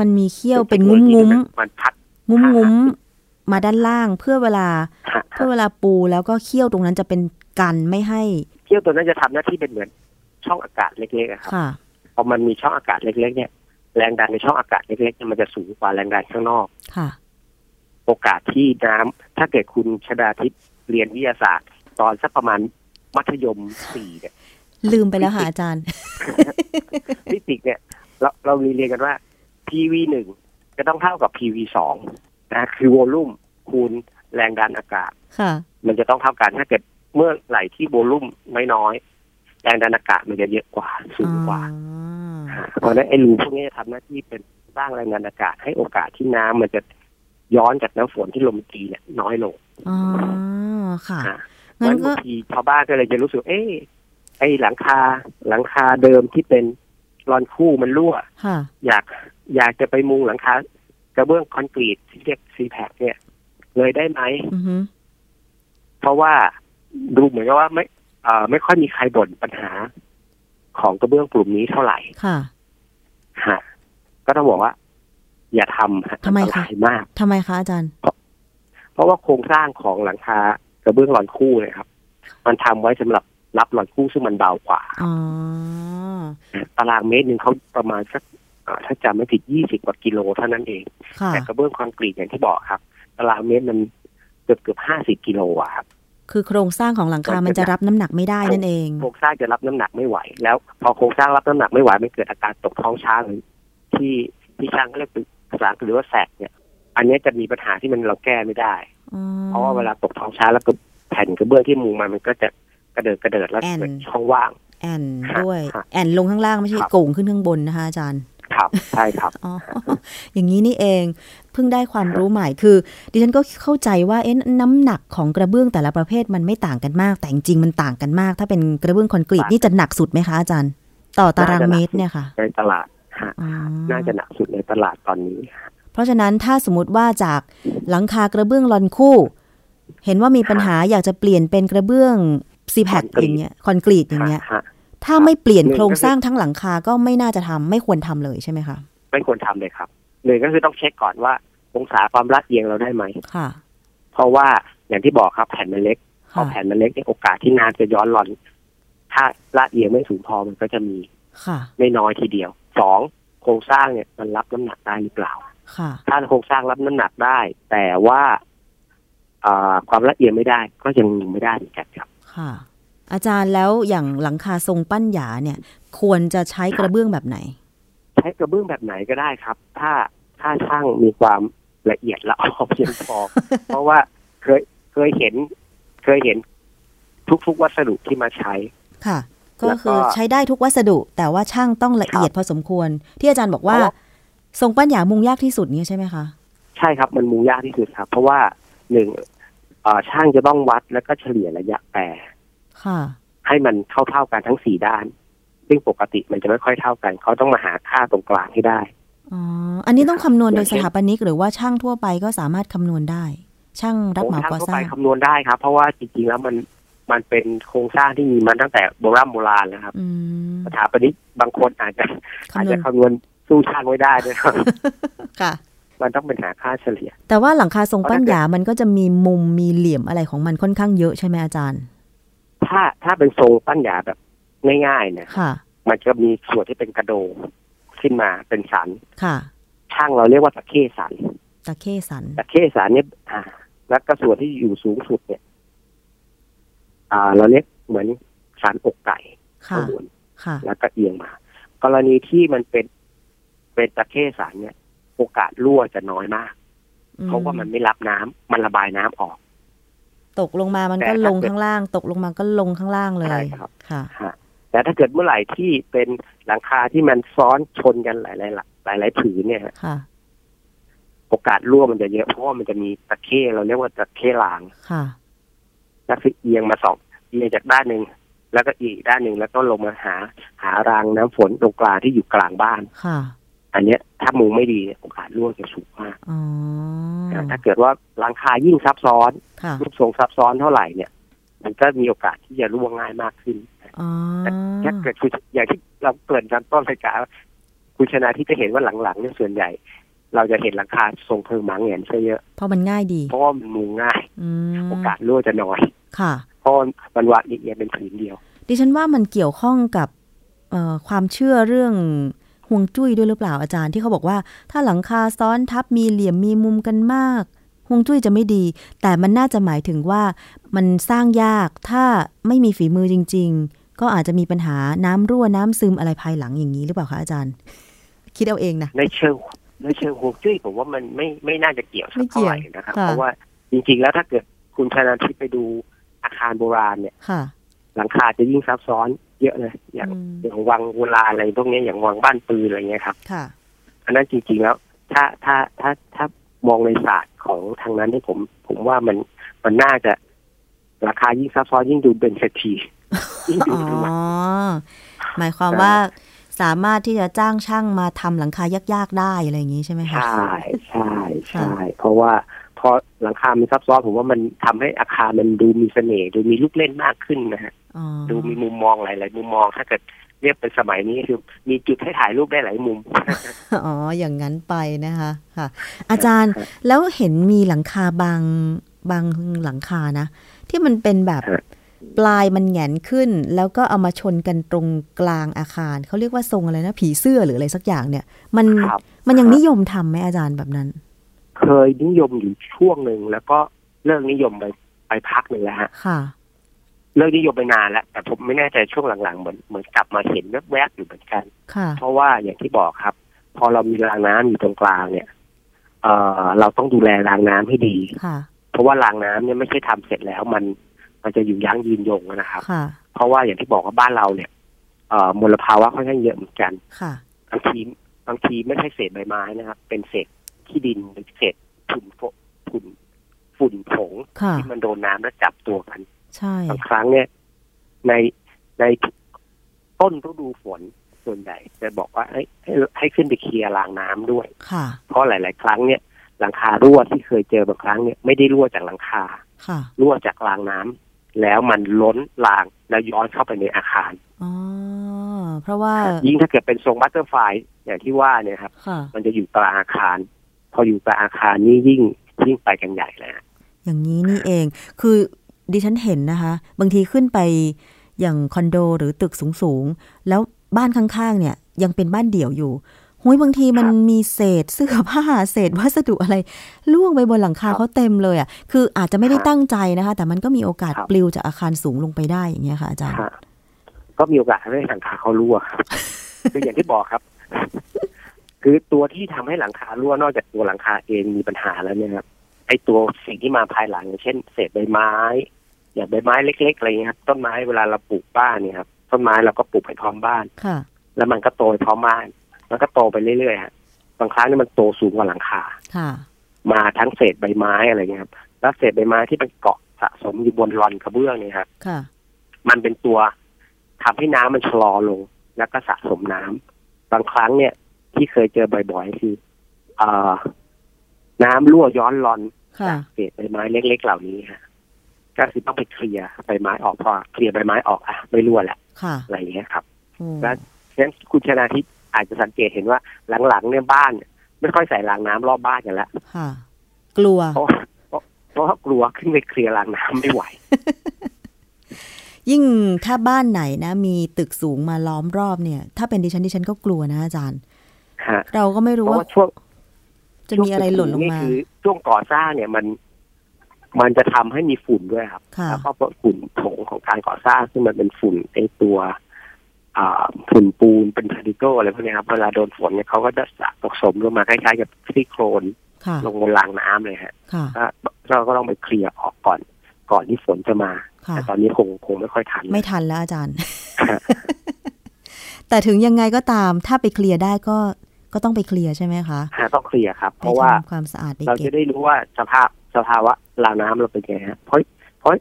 มันมีเขี้ยวเป็นงุ้ม ที่ งุ้ม มันพัด งุ้มงุ้มๆมาด้านล่างเพื่อเวลา ฮะ เพื่อเวลาปูแล้วก็เขี้ยวตรงนั้นจะเป็นกันไม่ให้ เขี้ยวตัวนั้นจะทำหน้าที่เป็นเหมือนช่องอากาศเล็กๆอะครับ ค่ะ พอมันมีช่องอากาศเล็ก ๆ เนี่ยแรงดันในช่องอากาศเล็กๆเนี่ยมันจะสูงกว่าแรงดันข้างนอก ค่ะ โอกาสที่น้ำถ้าเกิดคุณชดาทิพย์เรียนวิทยาศาสตร์ ตอนสักประมาณมัธยมสี่เนี่ย ลืมไปแล้วค่ะอาจารย์ ฟิสิกส์เนี่ย เราเราเรียนกันว่า PV หนึ่งจะต้องเท่ากับ PV สองนะคือโวลูมคูณแรงดันอากาศ ค่ะ มันจะต้องเท่ากันถ้าเกิดเมื่อไหร่ที่โวลูมน้อยๆแรงดันอากาศมันจะเยอะกว่าสูงกว่า อ๋อ เพราะฉะนั้นไอ้รูพวกนี้จะทำหน้าที่เป็นสร้างแรงงานอากาศให้โอกาสที่น้ำมันจะย้อนจากน้ำฝนที่ลมตีเนี่ยน้อยลง อ๋อ ค่ะ อ่ะเพราะฉะ งั้ นั้นก็นบางทีชาวบ้านก็เลยจะรู้สึกเอ๊ะไอ้หลังคาหลังคาเดิมที่เป็นรอนคู่มันรั่ว ค่ะ อยากอยากจะไปมุงหลังคากระเบื้องคอนกรีตที่เรียกซีแพคเนี่ย เลยได้ไหม อือฮึ เพราะว่าดูเหมือนกับว่าไม่เอ่อไม่ค่อยมีใครบ่นปัญหาของกระเบื้องกลุ่มนี้เท่าไหร่ ค่ะ ฮะก็ต้องบอกว่า อย่าทำฮะ ทำไม อันต คะ รายมาก ทำไมคะอาจารย์ เพราะว่าโครงสร้างของหลังคากระเบื้องหลอนคู่เนี่ยครับ มันทำไว้สำหรับรับหลอนคู่ซึ่งมันเบากว่า อ๋อ ตารางเมตรหนึ่งเขาประมาณสักเอ่อถ้าจำไม่ผิดยี่สิบกว่ากิโลเท่านั้นเอง ค่ะ แต่กระเบื้องคอนกรีตอย่างที่บอกครับ ตารางเมตรมันเกือบเกือบห้าสิบกิโลอะครับ คือโครงสร้างของหลังคา มันจะรับน้ำหนักไม่ได้นั่นเอง โครงสร้างจะรับน้ำหนักไม่ไหว แล้ว พอโครงสร้างรับน้ำหนักไม่ไหวมันเกิดอาการตกท้องช้างหรือที่ที่ช้างเขาเรียกเป็นภาษาอังกฤษว่าแสกเนี่ย อันเนี้ยจะมีปัญหาที่มันเราแก้ไม่ได้ อ๋อ เพราะว่าเวลาตกท้องช้าแล้วก็แผ่นกระเบื้องที่มุงมันมันก็จะกระเดิดกระเดิดแล้ว แอน เกิดช่องว่าง แอน ครับ ด้วย ครับ แอนลงข้างล่างไม่ใช่โก่งขึ้นข้างบนนะคะอาจารย์ ครับ ใช่ครับ อ๋อ อย่างนี้นี่เอง เพิ่งได้ความรู้ใหม่ คือดิฉันก็เข้าใจว่าเอ๊ะน้ำหนักของกระเบื้องแต่ละประเภทมันไม่ต่างกันมาก แต่จริงๆมันต่างกันมาก ถ้าเป็นกระเบื้องคอนกรีตนี่จะหนักสุดไหมคะอาจารย์ ต่อตารางเมตรเนี่ยค่ะ ในตลาดฮะ อ๋อ น่าจะหนักสุดในตลาดตอนนี้ เพราะฉะนั้นถ้าสมมติว่าจากหลังคากระเบื้องลอนคู่ เห็นว่ามีปัญหาอยากจะเปลี่ยนเป็นกระเบื้องซีแพค คอนกรี อย่างตเงี้ยคอนกรีตอย่างเงี้ย ฮะ ถ้าไม่เปลี่ยน หนึ่ง โครงสร้างทั้งหลังคาก็ไม่น่าจะทำไม่ควรทำเลยใช่ไหมคะ ไม่ควรทำเลยครับหนึ่งก็คือต้องเช็คก่อนว่าองศาความลาดเอียงเราได้ไหม ค่ะ เพราะว่าอย่างที่บอกครับแผ่นมันเล็กพอ ค่ะ แผ่นมันเล็กเนี่ยโอกาสที่น้ำจะย้อนหลอน ถ้าลาดเอียงไม่สูงพอมันก็จะมี ค่ะ ไม่น้อยทีเดียวสองโครงสร้างเนี่ยมันรับน้ำหนักได้หรือเปล่า ค่ะ ถ้าโครงสร้างรับน้ำหนักได้ แต่ว่าอ่าความละเอียดไม่ได้ก็ยังมุงไม่ได้เหมือนกันครับ ค่ะ อาจารย์แล้วอย่างหลังคาทรงปั้นหยาเนี่ย ควรจะใช้กระเบื้องแบบไหน ใช้กระเบื้องแบบไหนก็ได้ครับ ถ้าถ้าช่างมีความละ เอียดละออเพียงพอ เพราะว่าเคยเคยเห็น เคยเห็น ทุก ๆ วัสดุที่มาใช้ ค่ะ ก็ แล้วก็ คือใช้ได้ทุกวัสดุ แต่ว่าช่างต้องละเอียดพอสมควร ที่อาจารย์บอกว่า เพราะว่า ทรงปั้นหยามุงยากที่สุดเนี่ยใช่ไหมคะ ใช่ครับมันมุงยากที่สุดครับ เพราะว่าหนึ่งเอ่อช่างจะต้องวัดแล้วก็เฉลี่ยระยะแปร ค่ะ ให้มันเท่าๆกันทั้งสี่ด้าน ซึ่งปกติมันจะไม่ค่อยเท่ากัน เขาต้องมาหาค่าตรงกลางให้ได้ อ๋อ อันนี้ต้องคำนวณโดย อ ส ย่างเช่น ถาปนิกหรือว่าช่างทั่วไปก็สามารถคำนวณได้ ช่างรับเหมา โคง ก่อ ทั่ว ส ไป ร้าง คำนวณได้ครับ เพราะว่าจริงๆแล้วมันมันเป็นโครงสร้างที่มีมันตั้งแต่โบราณโบราณแล้วครับ อืม สถาปนิกบางคนอาจจะอาจ คำนว จะ ณ คำนวณสู้ช่างไว้ได้นะครับ ค่ะ มันต้องเป็นหาค่าเฉลี่ย แต่ว่าหลังคาทรง เพราะ ปั้น ถ้าเกิด หยามันก็จะมีมุมมีเหลี่ยมอะไรของมันค่อนข้างเยอะใช่ไหมอาจารย์ ถ้าถ้าเป็นทรงปั้นหยาแบบง่ายๆเนี่ย ค่ะ มันจะมีส่วนที่เป็นกระโดงขึ้นมาเป็นสัน ค่ะ ช่างเราเรียกว่าตะเข้สัน ตะเข้สัน ตะเข้สันเนี่ยอ่า แล้วก็ส่วนที่อยู่สูงสุดเนี่ย อ่า เราเรียกเหมือนสันอกไก่ ค่ะ ข้างบน ค่ะ แล้วก็เอียงมา กรณีที่มันเป็นเป็นตะเข้สารเนี่ย โอกาสรั่วจะน้อยมาก อื เพราะว่ามันไม่รับน้ำมันระบายน้ำออก ตกลงมามันก็ แต่ถ้า ลง เกิด ข้างล่าง ตกลงมาก็ลงข้างล่างเล ใช่ ย ครับ ค่ะ ฮะแต่ถ้าเกิดเมื่อไหร่ที่เป็นหลังคาที่มันซ้อนชนกันหลายๆหลักหลายๆผืนเนี่ยฮะ ค่ะ โอกาสรั่วมันจะเยอะเพราะว่ามันจะมีตะเข้เราเรียกว่าตะเข้ลาง ค่ะ แล้วคือเอียงมาสองเอียงจากด้านหนึ่งแล้วก็อีกด้านหนึ่งแล้วก็ลงมาหาหารางน้ำฝนตรงกลางที่อยู่กลางบ้าน ค่ะ อันเนี้ย ถ้ามุงไม่ดีเนี่ยโอกาสรั่วจะสูงมาก อ๋อ นะถ้าเกิดว่าหลังคายิ่งซับซ้อน ค่ะ รูปทรงซับซ้อนเท่าไหร่เนี่ย มันก็มีโอกาสที่จะร่วงง่ายมากขึ้น อ๋อ ถ้าเกิดคุณอย่างที่เราเกริดการต้นรายการว่าคุณชนะที่จะเห็นว่าหลังๆเนี่ยส่วนใหญ่ เราจะเห็นหลังคาทรงเพิงหมังเงินซะเยอะ เพราะมันง่ายดี เพราะว่ามันมุงง่าย อืม โอกาสรั่วจะน้อย ค่ะ เพราะมันวางเอียงเป็นผืนเดียว ดิฉันว่ามันเกี่ยวข้องกับเอ่อความเชื่อเรื่องห่วงจุ้ยด้วยหรือเปล่าอาจารย์ที่เขาบอกว่า ถ้าหลังคาซ้อนทับมีเหลี่ยมมีมุมกันมากห่วงจุ้ยจะไม่ดี แต่มันน่าจะหมายถึงว่ามันสร้างยากถ้าไม่มีฝีมือจริง ๆ ก็อาจจะมีปัญหาน้ำรั่วน้ำซึมอะไรภายหลังอย่างนี้หรือเปล่าคะอาจารย์ คิดเอาเองนะ ในเชิงในเชิงฮวงจุ้ยผมว่ามันไม่ไม่น่าจะเกี่ยวสักเท่าไหร่นะครับ ไม่เกี่ยวค่ะ เพราะว่าจริงๆแล้วถ้าเกิดคุณชนะที่ไปดูอาคารโบราณเนี่ย ค่ะ หลังคาจะยิ่งซับซ้อนเยอะเลยอย่าง อืม อย่างวังโบราณอะไรพวกเนี้ยอย่างวังบ้านปืนอะไรเงี้ยครับ ค่ะ อันนั้นจริงๆแล้วถ้าถ้าถ้าถ้ามองในศาสตร์ของทางนั้นที่ยผมผมว่ามันมันน่าจะราคายิ่งซับซ้อนยิ่งดูเป็นเศรษ ฐียิ่งดู อ๋อ ดูหนัก หมายความ ใช่ ว่าสามารถที่จะจ้างช่างมาทำหลังคายากๆได้อะไรอย่างนี้ใช่ไหมคะ ใช่ใช่ใช่เพราะว่าพอหลังคามันซับซ้อนผมว่ามันทำให้อาคารมันดูมีเสน่ห์ดูมีลูกเล่นมากขึ้นนะฮะ อ๋อ ดูมีมุมมองหลายๆมุมมอง ถ้าเกิดเรียกเป็นสมัยนี้คือมีจุดให้ถ่ายรูปได้หลาย มุม อ๋อ อย่างนั้นไปนะคะค่ะ อาจารย์แล้วเห็นมีหลังคาบางบางหลังคานะ ที่มันเป็นแบบ ครับ ปลายมันแหงนขึ้น แล้วก็เอามาชนกันตรงกลางอาคารเขาเรียกว่าทรงอะไรนะผีเสื้อหรืออะไรสักอย่างเนี่ย มัน ครับ มันยังนิยมทำไหมอาจารย์แบบนั้น เคยนิยมอยู่ช่วงหนึ่งแล้วก็เลิกนิยมไปไปพักหนึ่งแล้วฮะ ค่ะ เลิกนิยมไปนานแล้วแต่ผมไม่แน่ใจช่วงหลังๆเหมือนเหมือนกลับมาเห็นแวบๆอยู่เหมือนกัน ค่ะ เพราะว่าอย่างที่บอกครับ พอเรามีรางน้ำอยู่ตรงกลางเนี่ย เอ่อเราต้องดูแลรางน้ำให้ดี ค่ะ เพราะว่ารางน้ำเนี่ยไม่ใช่ทำเสร็จแล้วมัน มันจะอยู่ยั้งยืนยงนะครับ ค่ะ เพราะว่าอย่างที่บอกว่าบ้านเราเนี่ยเอ่อมลภาวะค่อนข้างเยอะเหมือนกัน ค่ะ บางทีบางทีไม่ใช่เศษใบไม้นะครับ เป็นเศษที่ดินหรือเศษฝุ่นโฟฝุ่นฝุ่นผง ค่ะ ที่มันโดนน้ำแล้วจับตัวกัน ใช่ บางครั้งเนี่ยในในต้นฤดูฝนส่วนใหญ่จะบอกว่าให้ให้ให้ขึ้นไปเคลียร์รางน้ำด้วย ค่ะ เพราะหลาย ๆ ครั้งเนี่ยหลังคารั่วที่เคยเจอบางครั้งเนี่ยไม่ได้รั่วจากหลังคา ค่ะ รั่วจากรางน้ำแล้วมันล้นรางแล้วย้อนเข้าไปในอาคาร อ๋อ เพราะว่า ยิ่งถ้าเกิดเป็นทรงบัตเตอร์ไฟลายอย่างที่ว่าเนี่ยครับ ค่ะ มันจะอยู่กลางอาคาร พออยู่กลางอาคารนี่ยิ่งยิ่งไปกันใหญ่เลยฮะ อย่างนี้นี่เอง คือดิฉันเห็นนะคะ บางทีขึ้นไปอย่างคอนโดหรือตึกสูงๆ แล้วบ้านข้างๆ เนี่ยยังเป็นบ้านเดี่ยวอยู่ห้ยบางทีมัน ครับ มีเศษเสื้อผ้า เศษวัสดุอะไรล่วงไปบนหลังคา ครับ เขาเต็มเลยอ่ะ คืออาจจะไม่ได้ ครับ ตั้งใจนะคะ แต่มันก็มีโอกาส ครับ ปลิวจากอาคารสูงลงไปได้อย่างเงี้ยค่ะอาจารย์ ฮะก็มีโอกาสทำให้หลังคาเขารั่ว ครับ คืออย่างที่บอกครับ คือตัวที่ทำให้หลังคารั่วนอกจากตัวหลังคาเองมีปัญหาแล้วเนี่ยครับไอตัวสิ่งที่มาภายหลังอย่างเช่น เศษใบไม้ อย่างใบไม้เล็กๆอะไรเงี้ยครับต้นไม้เวลาเราปลูกบ้านเนี่ยครับต้นไม้เราก็ปลูกไปพร้อมบ้าน ค่ะ แล้วมันก็โตไปพร้อมบ้านมันก็โตไปเรื่อยๆฮะบางครั้งเนี่ยมันโตสูงกว่าหลังคา ค่ะ มาทั้งเศษใบไม้อะไรเงี้ยครับแล้วเศษใบไม้ที่มันเกาะสะสมอยู่บนรอนกระเบื้องเนี่ยครับ ค่ะ มันเป็นตัวทำให้น้ำมันชะลอลง แล้วก็สะสมน้ำบางครั้งเนี่ย ที่เคยเจอบ่อยๆคือเอ่อน้ำรั่วย้อนรอน ค่ะ เศษใบไม้เล็ก ๆ เหล่านี้ฮะก็คือต้องไปเคลียร์ใบไม้ออกพอเคลียร์ใบไม้ออกอ่ะไม่รั่วแล้ว ค่ะ อะไรอย่างเงี้ยครับ โอ้ แล้วฉะนั้นคุณชนาทิพย์อาจจะสังเกตเห็นว่าหลังๆเนี่ยบ้านเนี่ยไม่ค่อยใส่รางน้ำรอบบ้านกันแล้ว ค่ะ กลัว เพราะเพราะเพราะว่ากลัวขึ้นไปเคลียร์รางน้ำไม่ไหว ยิ่งถ้าบ้านไหนนะ มีตึกสูงมาล้อมรอบเนี่ย ถ้าเป็นดิฉันดิฉันก็กลัวนะอาจารย์ ฮะ เราก็ไม่ เพ รู้ ราะ ว่า ว่าช่วง จะมีอะไรหล่นลง นี่ มา คือช่วงก่อสร้างเนี่ยมัน มันจะทำให้มีฝุ่นด้วยครับ ค่ะ แล้วก็เพราะฝุ่นผงของการก่อสร้างซึ่งมันเป็นฝุ่นไอตัวอ่าฝุ่นปูนเป็นพาร์ติเคิลอะไรพวกเนี้ยครับเวลาโดนฝนเนี่ยเขาก็จะสะสมลงมาคล้ายๆกับซี่โครน ค่ะ ลงบนรางน้ำเลยฮะ ค่ะ ก็เราก็ต้องไปเคลียร์ออกก่อน ก่อนที่ฝนจะมา ค่ะ แต่ตอนนี้คงคงไม่ค่อยทัน ไม่ทันแล้วอาจารย์ ครับ แต่ถึงยังไงก็ตาม ถ้าไปเคลียร์ได้ก็ก็ต้องไปเคลียร์ใช่ไหมคะ ฮะต้องเคลียร์ครับ เพราะ ไป ว่า ทำความสะอาดไป เรา เก็ จะ บ ได้รู้ว่าสภาพสภาวะรางน้ำเราเป็นไงฮะเพราะเพราะ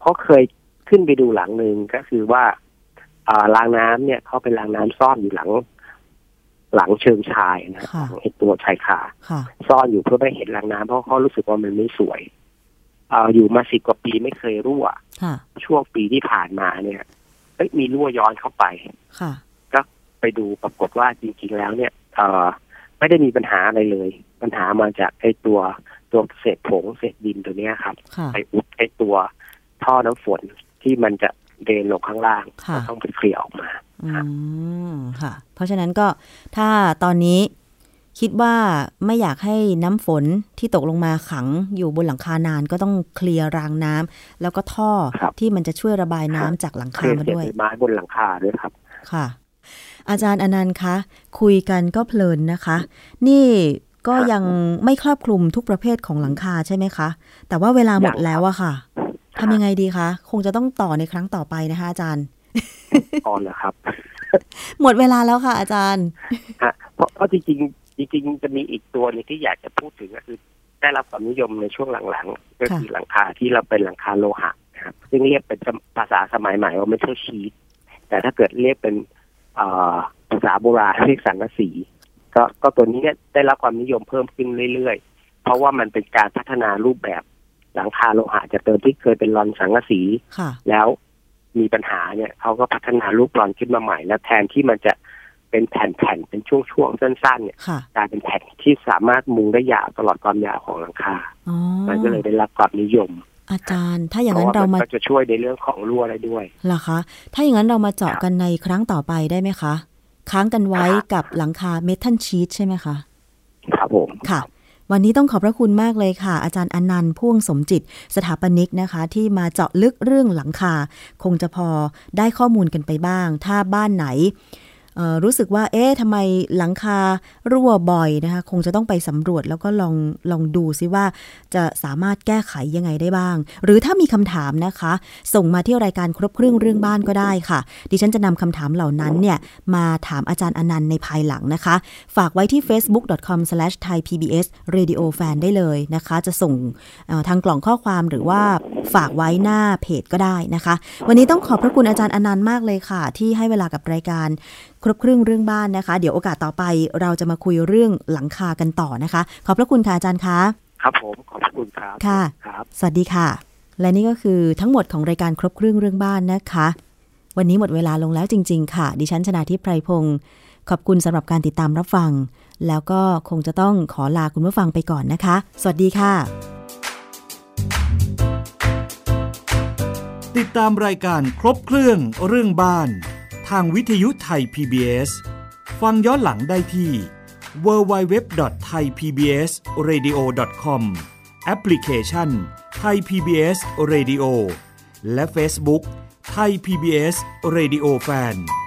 เพราะเคยขึ้นไปดูหลังหนึ่งก็คือว่าอ่ารางน้ำเนี่ยเขาเป็นรางน้ำซ่อนอยู่หลัง หลังเชิงชายนะฮะ ค่ะ ไอตัวชายคา ค่ะ ซ่อนอยู่เพื่อไม่เห็นรางน้ำเพราะเขารู้สึกว่ามันไม่สวยเอออยู่มาสิบกว่าปีไม่เคยรั่ว ค่ะ ช่วงปีที่ผ่านมาเนี่ยเอ้ยมีรั่วย้อนเข้าไป ค่ะ ไปดูปรากฏว่าจริง ๆ แล้วเนี่ยเออไม่ได้มีปัญหาอะไรเลย ปัญหามาจากไอตัวตัวเศษผงเศษดินตัวเนี้ยครับ ค่ะ ไปอุดไอตัวท่อน้ำฝนที่มันจะเดนลงข้างล่าง ค่ะ ก็ต้องไปเคลียร์ออกมา อืมค่ะ เพราะฉะนั้นก็ถ้าตอนนี้คิดว่าไม่อยากให้น้ำฝนที่ตกลงมาขังอยู่บนหลังคานานก็ต้องเคลียร์รางน้ำแล้วก็ท่อ ครับ ที่มันจะช่วยระบายน้ำจากหลัง เค คา ลียร์ มา เศษ ด้วย ใบไม้บนหลังคาด้วยครับ ค่ะ อาจารย์อนันต์คะ คุยกันก็เพลินนะคะ นี่ก็ ครับ ยังไม่ครอบคลุมทุกประเภทของหลังคาใช่ไหมคะ แต่ว่าเวลาหมดแล้วอะค่ะ ครั ทำ บ ยังไงดีคะคงจะต้องต่อในครั้งต่อไปนะคะ อาจารย์ ตอนนะครับ หมดเวลาแล้วค่ะอาจารย์ ฮะเพราะเพราะจริงๆจริง ๆ จะมีอีกตัวหนึงที่อยากจะพูดถึงก็คือ ได้รับความนิยมในช่วงหลังๆ ก็คือหลังคาที่เราเป็นหลังคาโลหะนะครับซึ่งเรียกเป็นภาษาสมัยใหม่ว่าเมทัลชีทแต่ถ้าเกิดเรียกเป็นเอ่อภาษาโบราณเรียกสังกะสีก็ก็ตัวนี้เนี่ยได้รับความนิยมเพิ่มขึ้นเรื่อยๆ เพราะว่ามันเป็นการพัฒนารูปแบบหลังคาโลหะจากเดิมที่เคยเป็นรอนสังกะสี ค่ะ แล้วมีปัญหาเนี่ยเขาก็พัฒนารูปรอนขึ้นมาใหม่ แล้วแทนที่มันจะเป็นแผ่นๆเป็นช่วงๆสั้นๆเนี่ย ค่ะ กลายเป็นแผ่นที่สามารถมุงได้ยาวตลอดความยาวของหลังคา อ๋อ มันก็เลยได้รับความนิยม อาจารย์ ถ้าอย่าง เพ นั้น ราะ เรา ว่ามั มาน ก็จะช่วยในเรื่องของรั่วได้ด้วย ล่ะคะ ถ้าอย่างนั้นเรามาเจาะ ครับ กันในครั้งต่อไปได้ไหมคะ ค้างกันไว้ ครับ กับหลังคาเมทัลชีตใช่ไหมคะ ครับผม ค่ะ วันนี้ต้องขอบพระคุณมากเลยค่ะ อาจารย์อนันต์พ่วงสมจิต สถาปนิกนะคะ ที่มาเจาะลึกเรื่องหลังคา คงจะพอได้ข้อมูลกันไปบ้าง ถ้าบ้านไหนเอ่อรู้สึกว่าเอ๊ะทำไมหลังคารั่วบ่อยนะคะ คงจะต้องไปสำรวจแล้วก็ลองลองดูซิว่า จะสามารถแก้ไขยังไงได้บ้าง หรือถ้ามีคำถามนะคะ ส่งมาที่รายการครบเครื่องเรื่องบ้านก็ได้ค่ะ ดิฉันจะนำคำถามเหล่านั้นเนี่ย มาถามอาจารย์อนันต์ในภายหลังนะคะ ฝากไว้ที่ facebook.com/thaipbsradiofan ได้เลยนะคะ จะส่งเอ่อทางกล่องข้อความหรือว่าฝากไว้หน้าเพจก็ได้นะคะ วันนี้ต้องขอบพระคุณอาจารย์อนันต์มากเลยค่ะ ที่ให้เวลากับรายการ ครบเครื่องเรื่องบ้านนะคะ เดี๋ยวโอกาสต่อไปเราจะมาคุยเรื่องหลังคากันต่อนะคะ ขอบพระคุณค่ะอาจารย์คะ ครับผมขอบพระคุณครับ ค่ะ ครับ สวัสดีค่ะ และนี่ก็คือทั้งหมดของรายการครบเครื่องเรื่องบ้านนะคะ วันนี้หมดเวลาลงแล้วจริง ๆ ค่ะ ดิฉันชนาทิพไพรพงศ์ขอบคุณสำหรับการติดตามรับฟัง แล้วก็คงจะต้องขอลาคุณผู้ฟังไปก่อนนะคะ สวัสดีค่ะ ติดตามรายการครบเครื่องเรื่องบ้าน ทางวิทยุไทย PBS ฟังย้อนหลังได้ที่ www.thaipbsradio.com แอปพลิเคชัน Thai PBS Radio และ Facebook Thai PBS Radio Fan